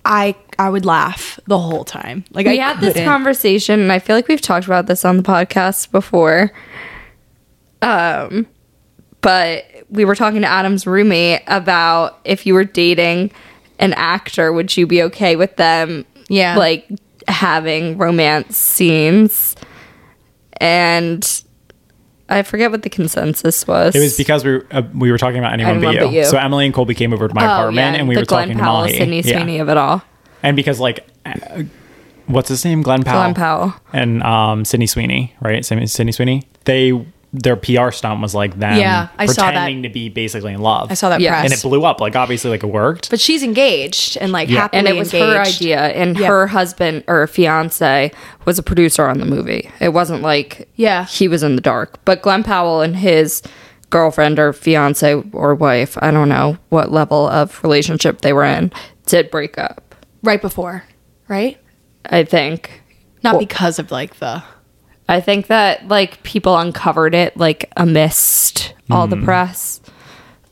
A: I I would laugh the whole time. Like
C: We
A: I
C: had this
A: couldn't.
C: conversation, and I feel like we've talked about this on the podcast before. Um, but we were talking to Adam's roommate about if you were dating an actor, would you be okay with them?
A: Yeah.
C: like having romance scenes, and I forget what the consensus was.
B: It was because we were, uh, we were talking about anyone, but, you. So Emily and Colby came over to my apartment, and we
C: the
B: were
C: Glenn
B: talking
C: Powell,
B: to Mahi.
C: Sydney
B: Yeah.
C: Sweeney of it all.
B: and because like, uh, what's his name, Glenn Powell?
C: Glenn Powell.
B: and um, Sydney Sweeney, right? Sydney, Sydney Sweeney. They their PR stunt was like them
A: Yeah, I saw that.
B: pretending to be basically in love.
A: I saw that
C: Yeah.
A: press,
B: and it blew up. Like obviously, like it worked.
A: but she's engaged and like
B: Yeah.
A: happily
C: and it was her
A: engaged.
C: idea and her husband or fiance was a producer on the movie it wasn't like
A: Yeah.
C: he was in the dark but glenn powell and his girlfriend or fiance or wife i don't know what level of relationship they were in did break up
A: right before, right?
C: i think
A: Not because of like the
C: i think that like people uncovered it like amidst all the press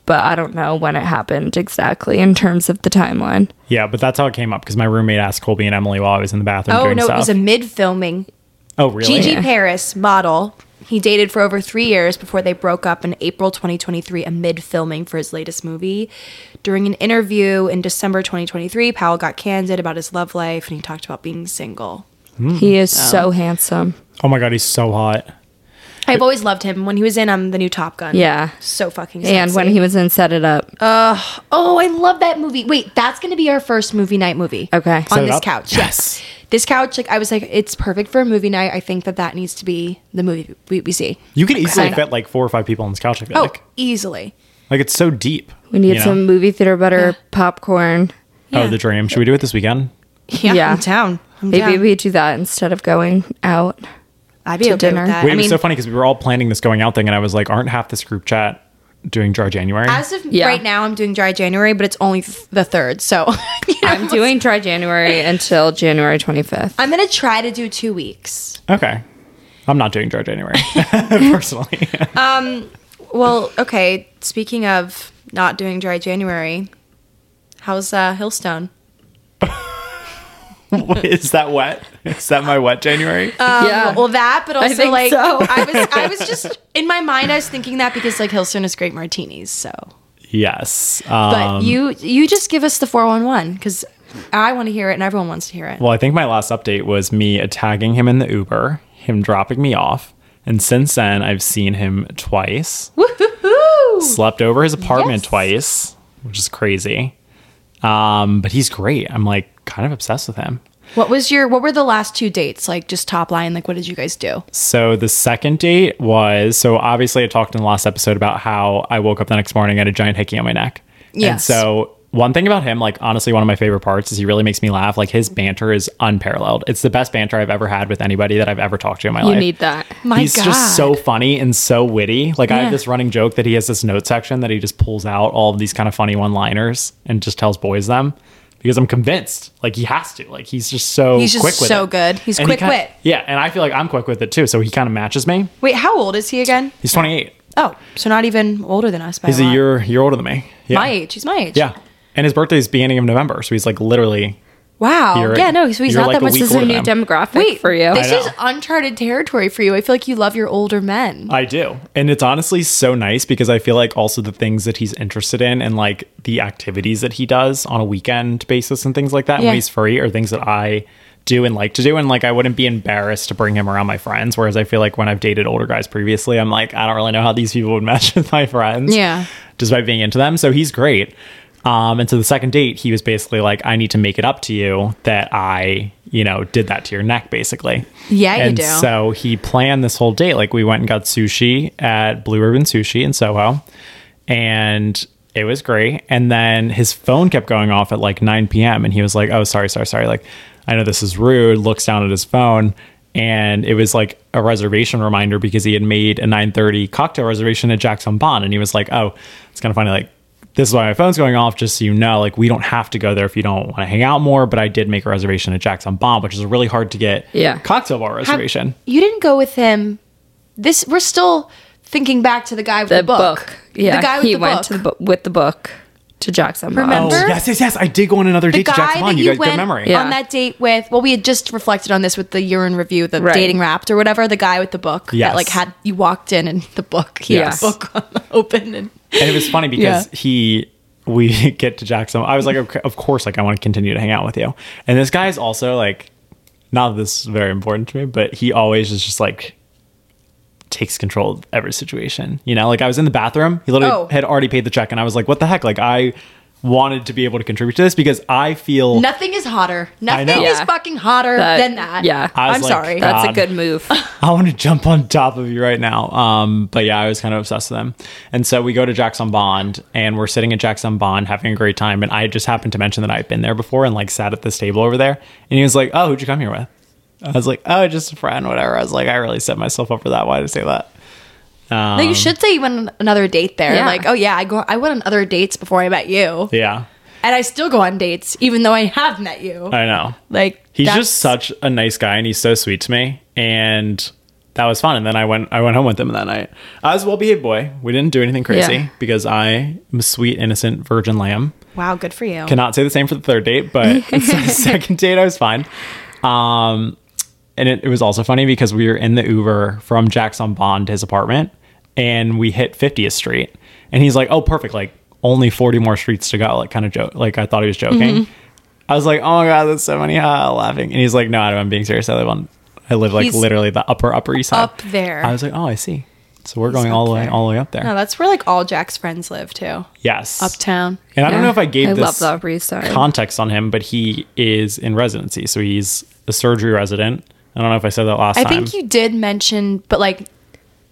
C: but i don't know when it happened exactly in terms of the timeline
B: Yeah, but that's how it came up because my roommate asked Colby and Emily while I was in the bathroom
A: oh
B: doing
A: no,
B: stuff.
A: it was a mid filming.
B: oh really?
A: Gigi Paris model. He dated for over three years before they broke up in April 2023 amid filming for his latest movie. During an interview in December 2023, Powell got candid about his love life and he talked about being single.
C: he is so handsome
B: Oh my god, he's so hot.
A: I've always loved him when he was in um the new Top Gun.
C: yeah
A: So fucking sexy.
C: and when he was in set it up
A: Oh, I love that movie. Wait, that's going to be our first movie night movie.
C: Okay.
B: Set it
A: On this
B: up?
A: couch. Yes. This couch like I was like it's perfect for a movie night. I think that that needs to be the movie we, we see.
B: You could easily
A: Okay.
B: fit like four or five people on this couch. I feel
A: Oh,
B: like
A: easily.
B: like it's so deep.
C: We need
B: you know?
C: some movie theater butter popcorn.
B: Oh, the dream. Should we do it this weekend?
A: Yeah,
C: Yeah.
A: I'm down. I'm
C: Maybe
A: down.
C: we do that instead of going out.
A: I'd be
C: to
A: okay with
C: dinner.
A: that.
B: Wait,
A: I
B: it was
A: mean,
B: so funny because we were all planning this going out thing, and I was like, aren't half this group chat doing dry January?
A: as of
C: Yeah.
A: right now, I'm doing dry January, but it's only th- the third. So you know,
C: I'm doing dry January until January 25th.
A: I'm gonna try to do two weeks.
B: okay, I'm not doing dry January personally.
A: Well, okay. Speaking of not doing dry January, how's uh, Hillstone?
B: Is that wet? Is that my wet January?
C: yeah.
A: Well, that, but also
C: think
A: like
C: so.
A: I was, I was just in my mind, I was thinking that because like Hillstone has great martinis. So,
B: yes.
A: but
B: Um,
A: you, you just give us the four one one because I want to hear it and everyone wants to hear it.
B: Well, I think my last update was me tagging him in the Uber, him dropping me off, and since then I've seen him twice. Slept over his apartment twice, which is crazy. Um, but he's great. I'm like kind of obsessed with him.
A: What was your, what were the last two dates like? Just top line, like what did you guys do?
B: So the second date was so obviously I talked in the last episode about how I woke up the next morning and had a giant hickey on my neck. And
A: Yes.
B: so one thing about him, like honestly, one of my favorite parts is he really makes me laugh. Like his banter is unparalleled. It's the best banter I've ever had with anybody that I've ever talked to in my
C: you
B: life.
C: need that.
A: My
B: he's
A: God.
B: just so funny and so witty. Like I
A: Yeah.
B: have this running joke that he has this note section that he just pulls out all of these kind of funny one-liners and just tells boys them because I'm convinced like he has to. Like he's just so
A: He's just
B: quick with
A: so
B: it.
A: good. He's
B: And he
A: quick
B: kinda-
A: wit.
B: Yeah, and I feel like I'm quick with it too. So he kind of matches me.
A: Wait, how old is he again?
B: He's 28.
A: Oh, so not even older than us by
B: He's
A: a
B: a
A: lot.
B: year year older than me. Yeah.
A: My age. He's my age.
B: Yeah. And his birthday is beginning of November, so he's like literally
A: Wow.
B: You're-
A: yeah. No. So he's
B: you're
A: not
B: like
A: that
B: a
A: much.
B: week
A: This is
B: older
A: a
B: than
A: new.
C: New
B: Um,
C: demographic
A: Wait,
C: for you.
A: This
B: I
A: is
B: know.
A: uncharted territory for you. I feel like you love your older men.
B: I do. And it's honestly so nice because I feel like also the things that he's interested in and like the activities that he does on a weekend basis and things like that
A: Yeah.
B: when he's free are things that I do and like to do and like I wouldn't be embarrassed to bring him around my friends whereas I feel like when I've dated older guys previously I'm like I don't really know how these people would mesh with my friends
A: Yeah.
B: despite being into them so he's great um and so the second date he was basically like I need to make it up to you that I you know did that to your neck basically
A: Yeah, you
B: and
A: do.
B: so he planned this whole date like we went and got sushi at Blue Ribbon Sushi in Soho and it was great. And then his phone kept going off at like 9 p.m. and he was like, "Oh, sorry, sorry, sorry." Like, I know this is rude. Looks down at his phone, and it was like a reservation reminder because he had made a 9:30 cocktail reservation at Jackson Bond, and he was like, "Oh, it's kind of funny. Like, this is why my phone's going off. Just so you know, like, we don't have to go there if you don't want to hang out more. But I did make a reservation at Jackson Bond, which is a really hard to get
C: Yeah.
B: cocktail bar reservation.
A: You didn't go with him. This we're still thinking back to the guy with the,
C: the book. Yeah,
A: the guy with
C: he
A: the
C: went
A: book.
C: to the book with the book to Jackson. Bond.
A: Remember?
B: Oh, yes, yes, yes. I did go on another
A: the
B: date to
A: guy
B: Jackson
A: that
B: Bond.
A: you,
B: You guys,
A: went
B: good memory.
C: Yeah.
A: on that date with. Well, we had just reflected on this with the urine review, the
C: Right.
A: dating wrapped or whatever. The guy with the book
B: Yes.
A: that like had you walked in and the book, he
C: Yes.
A: had the book open and
B: and it was funny because he we get to Jackson. I was like, okay, of course, like I want to continue to hang out with you. And this guy is also like, not that this is very important to me, but he always is just like takes control of every situation. You know, like I was in the bathroom, he literally
A: Oh.
B: had already paid the check, and I was like, what the heck? Like I wanted to be able to contribute to this because I feel.
A: nothing is hotter. Nothing
B: know.
A: is
C: Yeah.
A: fucking hotter
C: That-
A: than that.
C: yeah. I
B: was
A: I'm
B: like,
A: sorry.
B: that-
C: That's
B: God.
C: a good move.
B: I want to jump on top of you right now. Um, but yeah, I was kind of obsessed with them. And so we go to Jackson Bond and we're sitting at Jackson Bond having a great time. And I just happened to mention that I'd been there before and like sat at this table over there. And he was like, Oh, who'd you come here with? I was like, Oh, just a friend, whatever. I was like, I really set myself up for that. Why did I say that? Um,
A: No, you should say you went on another date there.
C: Yeah.
A: Like, oh yeah, I go. I went on other dates before I met you,
B: Yeah,
A: and I still go on dates even though I have met you.
B: I know.
A: like,
B: He's
A: that's-
B: just such a nice guy and he's so sweet to me. And that was fun. And then I went I went home with him that night. I was a well behaved boy. We didn't do anything crazy
C: Yeah.
B: because I am a sweet, innocent virgin lamb.
A: wow. Good for you.
B: Cannot say the same for the third date, but the second date I was fine. Um and it, it was also funny because we were in the Uber from Jackson Bond to his apartment and we hit 50th Street. And he's like, Oh, perfect, like only 40 more streets to go, like kind of joke like I thought he was joking. I was like, oh my god, that's so funny, ha, laughing. And he's like, no, I'm being serious. I live on, I live like
A: He's
B: literally the upper upper east side.
A: up there.
B: I was like, oh, I see. So we're going all the way, all the way up there.
A: No, that's where like all Jack's friends live too.
B: yes,
A: Uptown.
B: And I don't
C: Yeah.
B: know if I gave
C: I love
B: this
C: the Upper East Side.
B: context on him, but he is in residency, so he's a surgery resident. I don't know if I said that last
A: I
B: time.
A: think you did mention, but like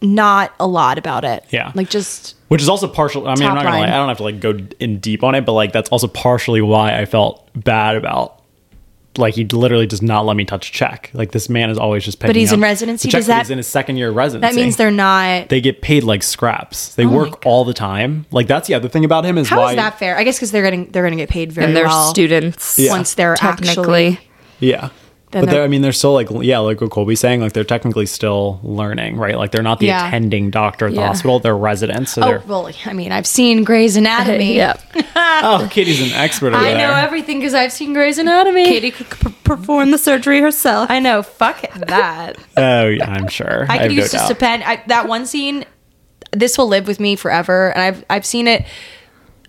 A: not a lot about it.
B: Yeah.
A: Like just
B: Which is also partial. I mean, I'm
A: Top
B: not gonna
A: line.
B: lie. I don't have to like go in deep on it, but like that's also partially why I felt bad about. Like he literally does not let me touch a check. Like this man is always just paying.
A: he's in
B: up the
A: residency?
B: check
A: Does
B: that
A: that-
B: he's in his second year of residency?
A: that means they're not
B: they get paid like scraps. They work all the time. Like that's the other thing about him is
A: How is
B: why
A: that fair? I guess because they're getting they're gonna get paid very
C: and they're
A: well
C: students.
B: Yeah.
A: once they're
C: Technically,
A: actually
B: yeah.
A: Then
B: but they're,
A: they're-
B: I mean, they're still like yeah, like what Colby's saying, like they're technically still learning, right? Like they're not the
A: Yeah.
B: attending doctor at the
C: Yeah.
B: hospital; they're residents. So
A: Oh
B: they're
A: well, I mean, I've seen Grey's Anatomy.
C: Yep.
B: oh, Katie's an expert. Over
A: I
B: there.
A: know everything because I've seen Grey's Anatomy.
C: Katie could p- perform the surgery herself.
A: I know. Fuck that.
B: Oh, yeah, I'm sure.
A: I could
B: have no
A: use just
B: doubt.
A: a pen. I, that one scene, this will live with me forever, and I've I've seen it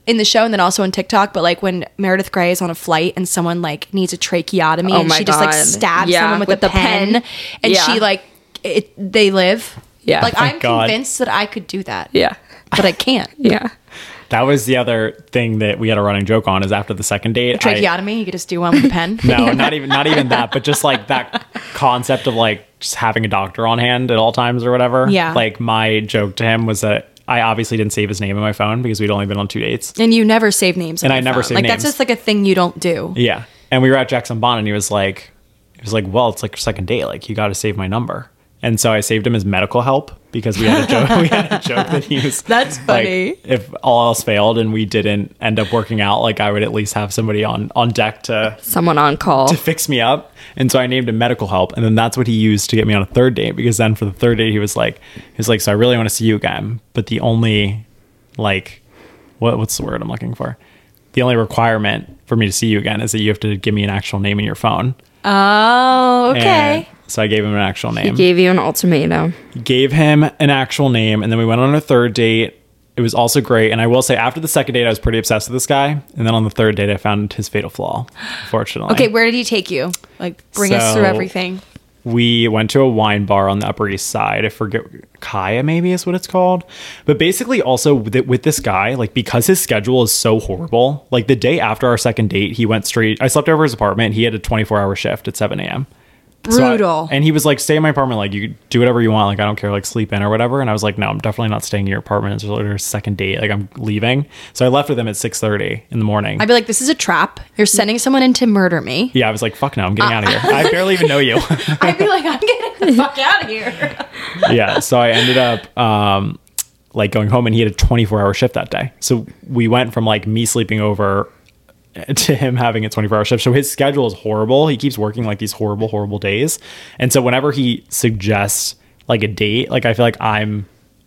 A: in the show and then also on TikTok. But like when Meredith Grey is on a flight and someone like needs a tracheotomy,
C: Oh
A: and
C: my
A: she just like
C: God.
A: stabs
C: Yeah,
A: someone with,
C: with
A: a
C: the
A: pen,
C: pen.
A: and
C: Yeah.
A: she like it, they live.
C: Yeah.
A: like
C: Thank
A: I'm
B: God.
A: convinced that I could do that,
C: Yeah.
A: but I can't.
C: Yeah.
B: That was the other thing that we had a running joke on is after the second date. I-
A: Tracheotomy, you could just do one with a pen.
B: no, not even not even that, but just like that concept of like just having a doctor on hand at all times or whatever.
A: Yeah.
B: Like my joke to him was that I obviously didn't save his name in my phone because we'd only been on two dates.
A: And you never save names. on
B: And I
A: your
B: never
A: phone.
B: save
A: like that's
B: names.
A: just like a thing you don't do.
B: Yeah. And we were at Jackson Bond and he was like he was like, Well, it's like your second date, like you gotta save my number. And so I saved him as medical help because we had a joke we had a joke that he was
A: That's
B: like,
A: funny.
B: if all else failed and we didn't end up working out, like I would at least have somebody on on deck to
C: Someone on call.
B: fix me up. And so I named him medical help. And then that's what he used to get me on a third date because then for the third date he was like he was like, So I really want to see you again. But the only like what what's the word I'm looking for? The only requirement for me to see you again is that you have to give me an actual name in your phone.
A: Oh,
B: And
A: okay.
B: so I gave him an actual name.
C: Gave you an ultimatum.
B: gave him an actual name and then we went on a third date It was also great. And I will say, after the second date, I was pretty obsessed with this guy. And then on the third date, I found his fatal flaw, unfortunately.
A: Okay, where did he take you? Like, bring us through
B: So-
A: everything.
B: we went to a wine bar on the Upper East Side. I forget Kaya maybe is what it's called. But basically, also with, with this guy, like because his schedule is so horrible, like the day after our second date, he went straight. I slept over at his apartment. He had a 24 hour shift at 7 a.m. So I-
A: Brutal.
B: and he was like, "Stay in my apartment. Like you do whatever you want. Like I don't care. Like sleep in or whatever." And I was like, "No, I'm definitely not staying in your apartment. It's literally our second date. Like I'm leaving." So I left with him at 6:30 in the morning.
A: I'd be like, this is a trap. You're sending someone in to murder me.
B: yeah, I was like, "Fuck no, I'm getting out of here. I barely even know you."
A: I'd be like, I'm getting the fuck out of here.
B: yeah. So I ended up um, like going home, and he had a 24 hour shift that day. So we went from like me sleeping over to him having a 24 hour shift. So his schedule is horrible. He keeps working like these horrible, horrible days. And so whenever he suggests like a date, like I feel like I'm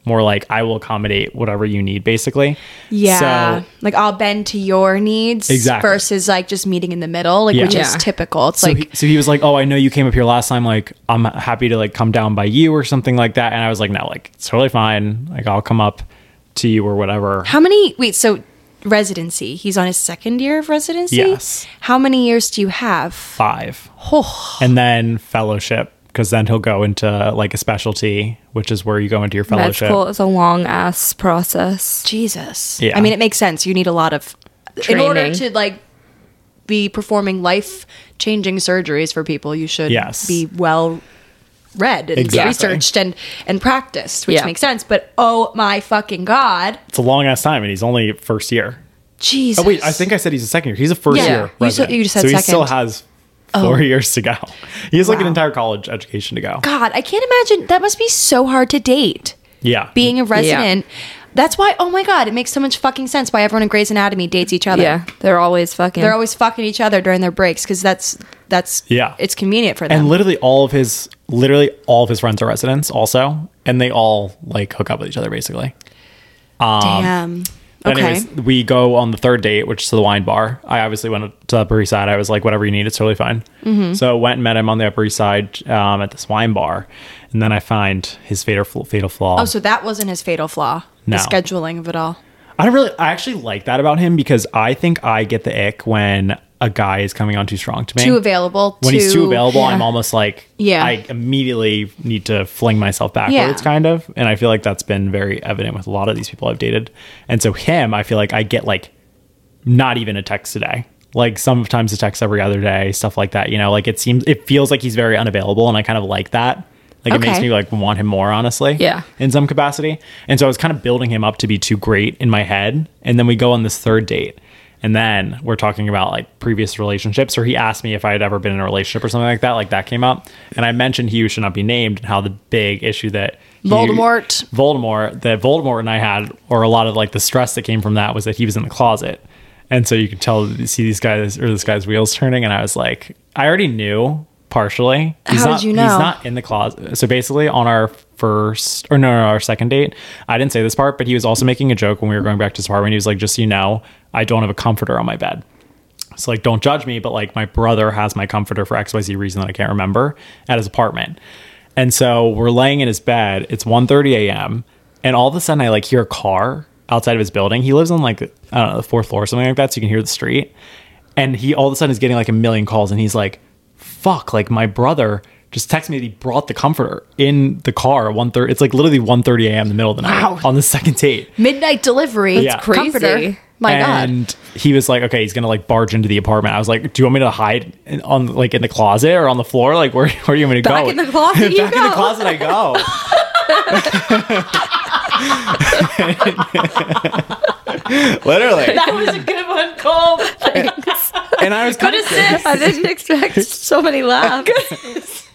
B: more like I will accommodate whatever you need, basically.
A: Yeah.
B: So
A: like, I'll bend to your needs
B: Exactly.
A: versus like just meeting in the middle, like,
B: Yeah.
A: which is
B: Yeah.
A: typical. It's
B: so,
A: like,
B: he, so he was like, "Oh, I know you came up here last time. Like, I'm happy to like come down by you or something like that." And I was like, "No, like it's totally fine. Like I'll come up to you or whatever."
A: how many? Wait, so residency. He's on his second year of residency?
B: Yes.
A: How many years do you have?
B: five
A: Oh,
B: and then fellowship because then he'll go into like a specialty which is where you go into your
C: That's
B: fellowship
C: cool. It's a long ass process.
A: Jesus.
B: Yeah.
A: I mean, it makes sense. You need a lot of, in order
C: Training.
A: to like be performing life changing surgeries for people, you should
B: Yes.
A: be well read and
B: Exactly.
A: researched and, and practiced, which
C: Yeah.
A: makes sense. But oh my fucking God.
B: it's a long ass time and he's only first year
A: Jesus.
B: oh wait i think i said he's a second year he's a first
A: Yeah.
B: year
A: You said-
B: resident.
A: you just said
B: so he
A: second. Oh.
B: still has four years to go he has like an entire college education to go
A: God, I can't imagine. That must be so hard to date.
B: yeah
A: Being a resident. That's why, oh my God, it makes so much fucking sense why everyone in Grey's Anatomy dates each other.
C: Yeah, they're always fucking.
A: They're always fucking each other during their breaks because that's, that's,
B: Yeah.
A: it's convenient for them.
B: and literally all of his literally all of his friends are residents also and they all like hook up with each other basically
A: Damn.
B: But
A: Okay.
B: anyways, we go on the third date, which is the wine bar. I obviously went to the Upper East Side. I was like, whatever you need, it's totally fine.
A: Mm-hmm.
B: So I went and met him on the Upper East Side um, at this wine bar. And then I find his fatal, fl- fatal flaw.
A: Oh, so that wasn't his fatal flaw.
B: No.
A: The scheduling of it all.
B: I don't really, I actually like that about him because I think I get the ick when a guy is coming on too strong to me.
A: Too available.
B: When
A: too,
B: he's too available, I'm almost like,
A: Yeah.
B: I immediately need to fling myself backwards,
A: Yeah.
B: kind of. And I feel like that's been very evident with a lot of these people I've dated. And so him, I feel like I get like not even a text today. Like sometimes a text every other day, stuff like that. You know, like it seems, it feels like he's very unavailable, and I kind of like that. Like it makes
A: Okay.
B: me like want him more, honestly.
C: Yeah.
B: In some capacity, and so I was kind of building him up to be too great in my head, and then we go on this third date, and then we're talking about like previous relationships, or he asked me if I had ever been in a relationship or something like that. Like that came up, and I mentioned he who should not be named and how the big issue that he-
A: Voldemort.
B: Voldemort that Voldemort and I had, or a lot of like the stress that came from that was that he was in the closet, and so you could tell you see these guys or this guy's wheels turning, and I was like, I already knew partially. He's
A: How did
B: not,
A: you
B: He's
A: know?
B: not in the closet. So basically, on our first or no, no, our second date, I didn't say this part, but he was also making a joke when we were going back to his apartment. He was like, just so you know, I don't have a comforter on my bed. So like, don't judge me, but like my brother has my comforter for XYZ reason that I can't remember at his apartment. And so we're laying in his bed. It's 1.30 a.m. And all of a sudden I like hear a car outside of his building. He lives on like, I don't know, the fourth floor or something like that. So you can hear the street. And he all of a sudden is getting like a million calls and he's like, fuck, like my brother just texted me that he brought the comforter in the car at 1.30. It's like literally 1.30 a.m. in the middle of the night
A: Wow.
B: on the second date.
A: Midnight delivery.
B: Yeah.
A: It's crazy.
C: Comforter.
A: My God.
B: and he was like, okay, he's gonna like barge into the apartment. I was like, do you want me to hide in, on like in the closet or on the floor? Like, where, where do you want me to
C: Back
B: go?
C: in the closet you
B: Back in the
C: go.
B: closet, I go. Literally,
A: That was a good one, Cole.
B: and I was kind of
C: I didn't expect so many laughs.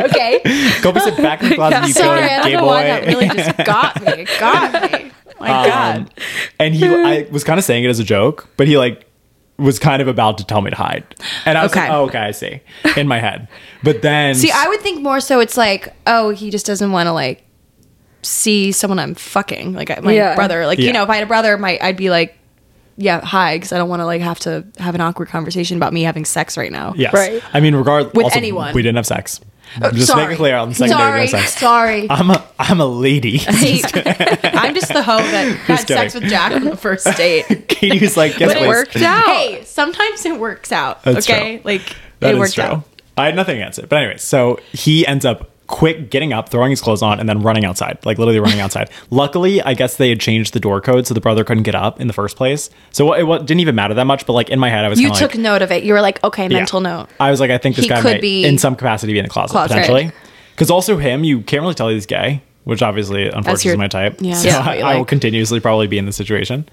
A: okay.
B: Kobe said, back in the closet, you go,
A: Sorry, I don't
B: gay
A: know why that
B: boy.
A: really just got me. It got me. My God.
B: Um, and he, I was kind of saying it as a joke, but he like was kind of about to tell me to hide, and I was like,
A: Okay.
B: oh, okay, I see, in my head. But then,
A: See, I would think more so it's like, oh, he just doesn't want to like see someone I'm fucking, like I- my
C: Yeah.
A: brother. Like,
B: Yeah.
A: you know, if I had a brother, my I'd be like, yeah, hi, because I don't want to like have to have an awkward conversation about me having sex right now.
B: Yes.
C: Right.
B: I mean, regardless,
A: With anyone. Oh,
B: we didn't have sex. Just make
A: sorry.
B: it clear on the second
A: sorry,
B: date we have sex.
A: sorry.
B: I'm a I'm a lady.
A: I'm just the hoe that had
B: kidding.
A: sex with Jack on the first date.
B: Katie was like, guess
A: But it
B: what?
A: worked out. Hey, sometimes it works out.
B: That's
A: okay,
B: true.
A: like
B: That
A: it
B: is
A: worked
B: true.
A: out.
B: I had nothing against it. But anyway, so he ends up quick getting up, throwing his clothes on, and then running outside, like literally running outside. Luckily, I guess they had changed the door code so the brother couldn't get up in the first place. So it, wa- didn't even matter that much. But like in my head, I was
A: You
B: kinda
A: took
B: like,
A: note of it. You were like, okay,
B: yeah.
A: mental note.
B: I was like, I think this
A: He
B: guy
A: could
B: might
A: be-
B: in some capacity be in the closet,
A: Closet.
B: potentially. Because also him, you can't really tell he's gay, which obviously, unfortunately,
A: your-
B: is my type.
A: yeah,
B: so
A: that's
B: I,
A: what you
B: I will
A: like.
B: continuously probably be in this situation.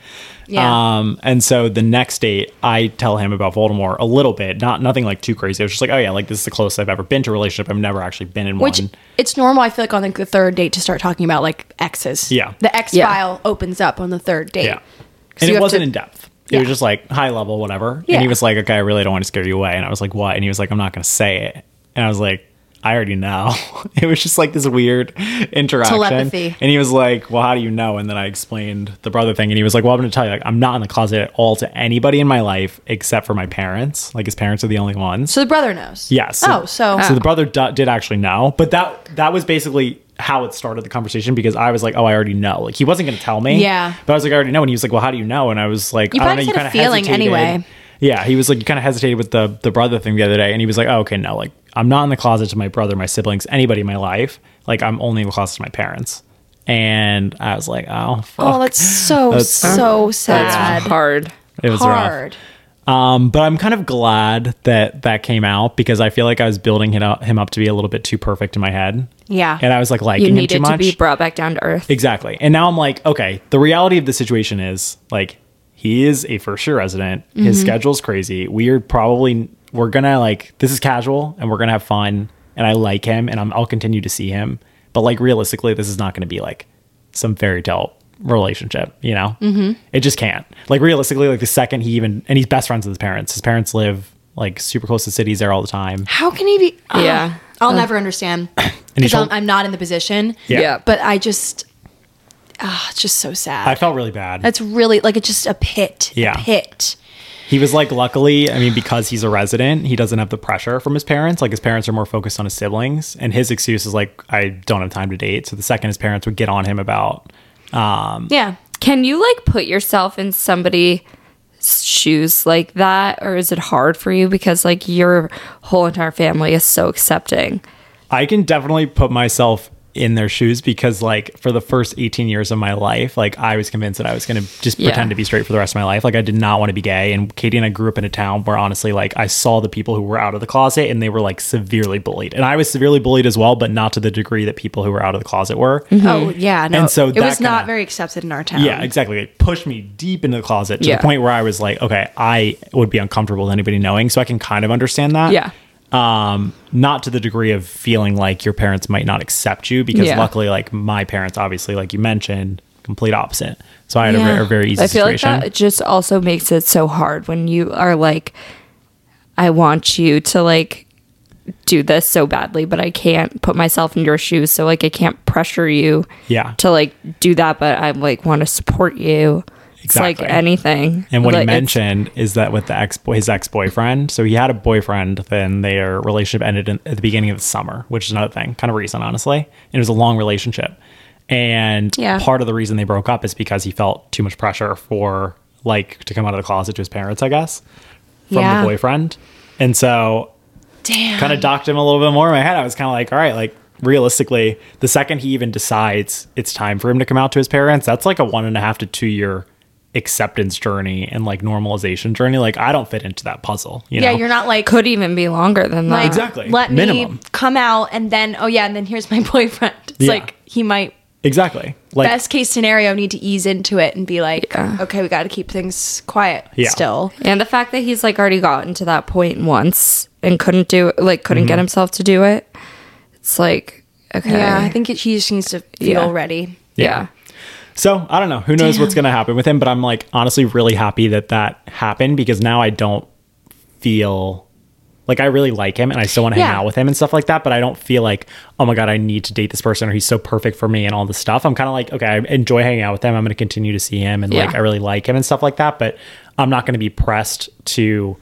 A: Yeah.
B: Um, and so the next date, I tell him about Voldemort a little bit, not nothing like too crazy. I was just like, oh yeah, like this is the closest I've ever been to a relationship. I've never actually been in
A: Which
B: one.
A: it's normal, I feel like, on like the third date to start talking about like exes.
B: Yeah.
A: The X file opens up on the third date.
B: Yeah.
A: 'Cause
B: And
A: you
B: it
A: have
B: wasn't
A: to-
B: in depth. It was
A: Yeah.
B: just like high level, whatever. And
A: Yeah.
B: he was like, okay, I really don't want to scare you away. And I was like, what? And he was like, I'm not going to say it. And I was like, I already know. it was just like this weird interaction.
A: Telepathy.
B: And he was like, well, how do you know? And then I explained the brother thing. And he was like, well, I'm going to tell you, like, I'm not in the closet at all to anybody in my life except for my parents. Like, his parents are the only ones.
A: So the brother knows.
B: Yes.
A: Oh, so-
B: so the brother d- did actually know, but that that was basically how it started the conversation because I was like, oh, I already know. Like he wasn't going to tell me.
A: Yeah.
B: But I was like, I already know, and he was like, well, how do you know? And I was like, I don't know.
A: probably
B: You
A: just
B: kind
A: had a
B: of
A: feeling anyway.
B: Yeah, he was like, you kind of hesitated with the the brother thing the other day, and he was like, oh, okay, no, like I'm not in the closet to my brother, my siblings, anybody in my life. Like I'm only in the closet to my parents. And I was like, oh, fuck.
A: Oh, that's so
B: That's-
A: so sad.
C: hard.
B: it was rough.
A: Hard.
B: Um, but I'm kind of glad that that came out because I feel like I was building him up, him up to be a little bit too perfect in my head.
A: Yeah.
B: And I was like liking
C: You
B: him too
C: needed to
B: much.
C: be brought back down to earth.
B: exactly. And now I'm like, okay, the reality of the situation is like he is a for sure resident. His schedule's crazy. We are probably we're gonna like this is casual and we're gonna have fun and I like him and I'm, I'll continue to see him. But like realistically, this is not gonna be like some fairy tale relationship, you know? Mm-hmm. It just can't. Like realistically, like the second he even and he's best friends with his parents. His parents live like super close to cities there all the time.
A: How can he be? Ah,
C: Yeah.
A: I'll never understand
B: he
A: because I'm,
B: told-
A: I'm not in the position.
B: Yeah.
C: Yeah.
A: But I just, ah, it's just so sad.
B: I felt really bad.
A: That's really like it's just a pit. a
B: Yeah.
A: pit.
B: He was like, luckily, I mean, because he's a resident, he doesn't have the pressure from his parents. Like his parents are more focused on his siblings, and his excuse is like, I don't have time to date. So the second his parents would get on him about,
A: Yeah.
C: Can you like put yourself in somebody's shoes like that or is it hard for you because like your whole entire family is so accepting
B: I can definitely put myself in their shoes because like for the first 18 years of my life like i was convinced that i was going to just
C: Yeah.
B: pretend to be straight for the rest of my life like i did not want to be gay and katie and i grew up in a town where honestly like i saw the people who were out of the closet and they were like severely bullied and i was severely bullied as well but not to the degree that people who were out of the closet were
F: Hmm.
A: Oh yeah. No.
B: And so
A: it
B: that
A: was not
B: kinda-
A: very accepted in our town.
B: Yeah, exactly. It pushed me deep into the closet to
C: Um, Yeah.
B: the point where I was like, okay, I would be uncomfortable with anybody knowing. So I can kind of understand that.
C: Yeah.
B: Um, not to the degree of feeling like your parents might not accept you because
C: Yeah.
B: luckily, like my parents, obviously, like you mentioned, complete opposite. So I had a,
A: Yeah.
B: ve- a very easy
C: i feel
B: situation.
C: like that just also makes it so hard when you are like i want you to like do this so badly but i can't put myself in your shoes so like i can't pressure you
B: Yeah.
C: to like do that but i like want to support you it's like
B: Exactly.
C: anything
B: And what
C: Like,
B: he
C: it's-
B: mentioned is that with the ex his ex boyfriend, so he had a boyfriend. Then their relationship ended in, at the beginning of the summer, which is another thing, kind of recent, honestly. And it was a long relationship, and
A: Yeah.
B: part of the reason they broke up is because he felt too much pressure for like to come out of the closet to his parents, I guess, from
A: Yeah.
B: the boyfriend. And so
A: Damn.
B: kind of docked him a little bit more in my head. I was kind of like, all right, like realistically, the second he even decides it's time for him to come out to his parents, that's like a one and a half to two year acceptance journey and like normalization journey. Like I don't fit into that puzzle. You
A: yeah.
B: know?
A: You're not like
C: could even be longer than that
A: like,
B: Oh, Exactly.
A: Let me
B: Minimum.
A: come out and then oh yeah and then here's my boyfriend. It's
B: Yeah.
A: like he might
B: exactly like
A: best case scenario need to ease into it and be like okay we got to keep things quiet
B: Yeah.
A: still.
C: And the fact that he's like already gotten to that point once and couldn't do like couldn't
B: Mm-hmm.
C: get himself to do it. It's like okay.
A: Yeah. I think it, he just needs to feel
C: Yeah.
A: ready.
C: yeah.
B: So I don't know. Who knows what's going to happen with him? But I'm like honestly really happy that that happened because now I don't feel like I really like him and I still want to hang
A: Yeah.
B: out with him and stuff like that. But I don't feel like oh my god I need to date this person or he's so perfect for me and all this stuff. I'm kind of like okay I enjoy hanging out with him. I'm going to continue to see him and like
C: Yeah.
B: I really like him and stuff like that. But I'm not going to be pressed to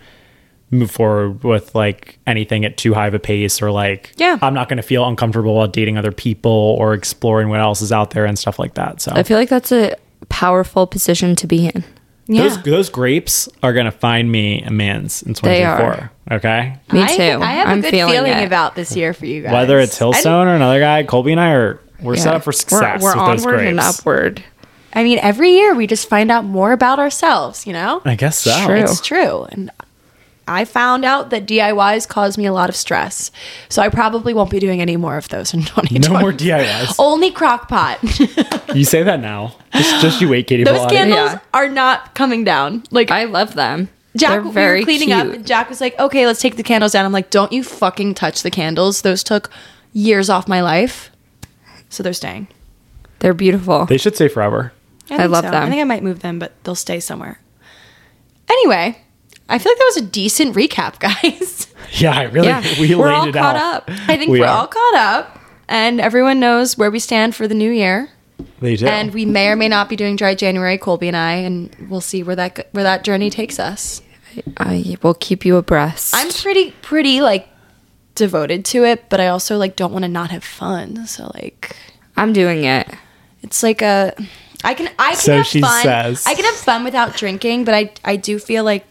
B: move forward with like anything at too high of a pace or like
G: Yeah.
B: I'm not going to feel uncomfortable about dating other people or exploring what else is out there and stuff like that. So
F: I feel like that's a powerful position to be in.
B: those those grapes are going to find me a man's in
F: They
B: 2024. Okay?
F: Me
A: I,
F: too.
A: I have
F: I'm
A: a good
F: feeling,
A: feeling
F: it.
A: about this year for you guys.
B: Whether it's Hillstone or another guy, Colby and I are we're
F: Yeah.
B: set up for
F: We're-
B: success
F: We're,
B: with those
F: onward
B: grapes.
F: and upward.
A: I mean, every year we just find out more about ourselves, you know?
B: I guess so.
F: True.
A: It's true. And I found out that DIYs cause me a lot of stress. So I probably won't be doing any more of those in 2020.
B: No more DIYs.
F: Oh.
A: Only crock pot.
B: You say that now. Just, just you wait, Katie.
A: Those
B: Pilates.
A: candles
F: Yeah.
A: are not coming down. Like
F: I love them. They're
A: Jack, we
F: very
A: were cleaning
F: cute.
A: up, and Jack was like, "Okay, let's take the candles down." I'm like, "Don't you fucking touch the candles. Those took years off my life, so they're staying."
F: They're beautiful.
B: They should say forever.
F: I
A: think
F: love
A: so.
F: them.
A: I think I might move them, but they'll stay somewhere. Anyway, I feel like that was a decent recap, guys.
B: Yeah, I really.
F: Yeah.
B: We
F: We're
B: laid
F: all
B: it
F: caught
B: out.
F: up.
A: I think
B: We
A: we are
B: are.
A: all caught up, and everyone knows where we stand for the new year.
B: They do.
A: And we may or may not be doing dry January, Colby and I, and we'll see where that go- where that journey takes us.
F: I will keep you abreast.
A: I'm pretty pretty like devoted to it, but I also like don't want to not have fun. So like
F: I'm doing it.
A: it's like a I can I can
B: So
A: have
B: she
A: fun.
B: says.
A: I can have fun without drinking, but I I do feel like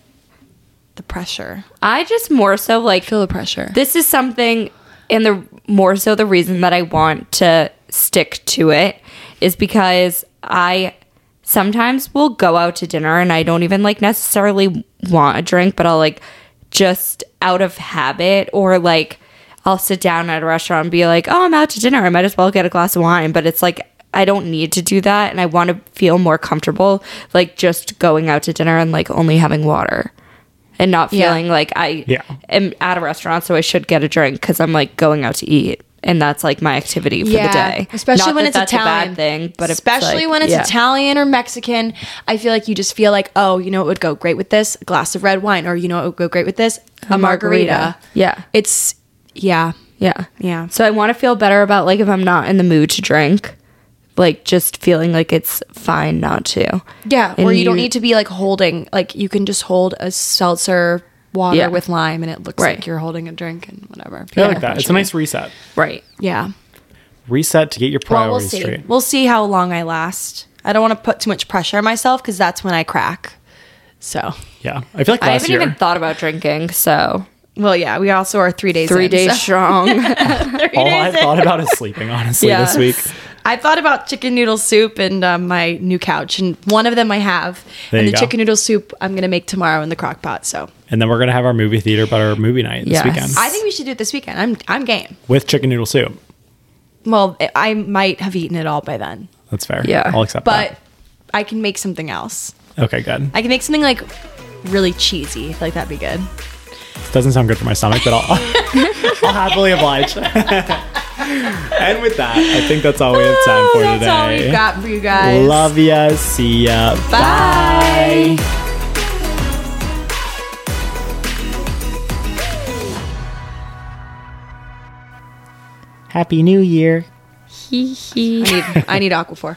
A: the pressure.
F: I just more so like
A: Feel the pressure.
F: this is something and the more so the reason that I want to stick to it is because I sometimes will go out to dinner and I don't even like necessarily want a drink but I'll like just out of habit or like I'll sit down at a restaurant and be like oh I'm out to dinner I might as well get a glass of wine but it's like I don't need to do that and I want to feel more comfortable like just going out to dinner and like only having water and not
A: Yeah.
F: feeling like I
B: Yeah.
F: am at a restaurant, so I should get a drink because I'm like going out to eat, and that's like my activity for the day.
A: especially
F: Not
A: when
F: that
A: it's
F: that's
A: Italian.
F: a bad thing, but
A: especially
F: like,
A: when it's
F: yeah.
A: Italian or Mexican, I feel like you just feel like, oh, you know, it would go great with this a glass of red wine, or you know, it would go great with this a, margarita.
F: margarita. Yeah.
A: it's yeah,
F: Yeah,
A: Yeah.
F: So I want to feel better about like if I'm not in the mood to drink, like just feeling like it's fine not to.
A: yeah.
F: And
A: or you, don't
F: you-
A: need to be like holding, like you can just hold a seltzer water
F: Yeah.
A: with lime, and it looks
F: Right.
A: like you're holding a drink and whatever.
B: I like that. It's a nice reset.
F: Right.
A: Yeah.
B: Reset to get your
A: Well,
B: priorities
A: we'll see.
B: straight.
A: We'll see how long I last. I don't want to put too much pressure on myself because that's when I crack. So,
B: Yeah, I feel like
F: I
B: last
F: haven't
B: year.
F: even thought about drinking, so
A: well, yeah, we also are three days.
F: three
A: in,
F: days
A: so-
F: strong.
B: all I thought about is sleeping. Honestly,
F: Yes.
B: this week.
A: I thought about chicken noodle soup and um, my new couch, and one of them I have.
B: There
A: and
B: you
A: the
B: go.
A: chicken noodle soup I'm going to make tomorrow in the crock pot. So
B: And then we're gonna have our movie theater, but our movie night this
F: Yes.
B: weekend
A: I think we should do it this weekend. I'm I'm game.
B: with chicken noodle soup.
A: Well, I- I might have eaten it all by then,
B: That's fair.
F: Yeah.
B: I'll accept
A: but I can make something else.
B: that. Okay, good.
A: I can make something like really cheesy. I feel like that'd be good.
B: Doesn't sound good for my stomach, but I'll, I'll happily oblige. and with that, I think that's all we have time for
A: Oh, that's
B: today.
A: all we've got for you guys.
B: Love ya. See ya.
A: Bye.
B: Happy New Year.
A: I need I need Aquaphor.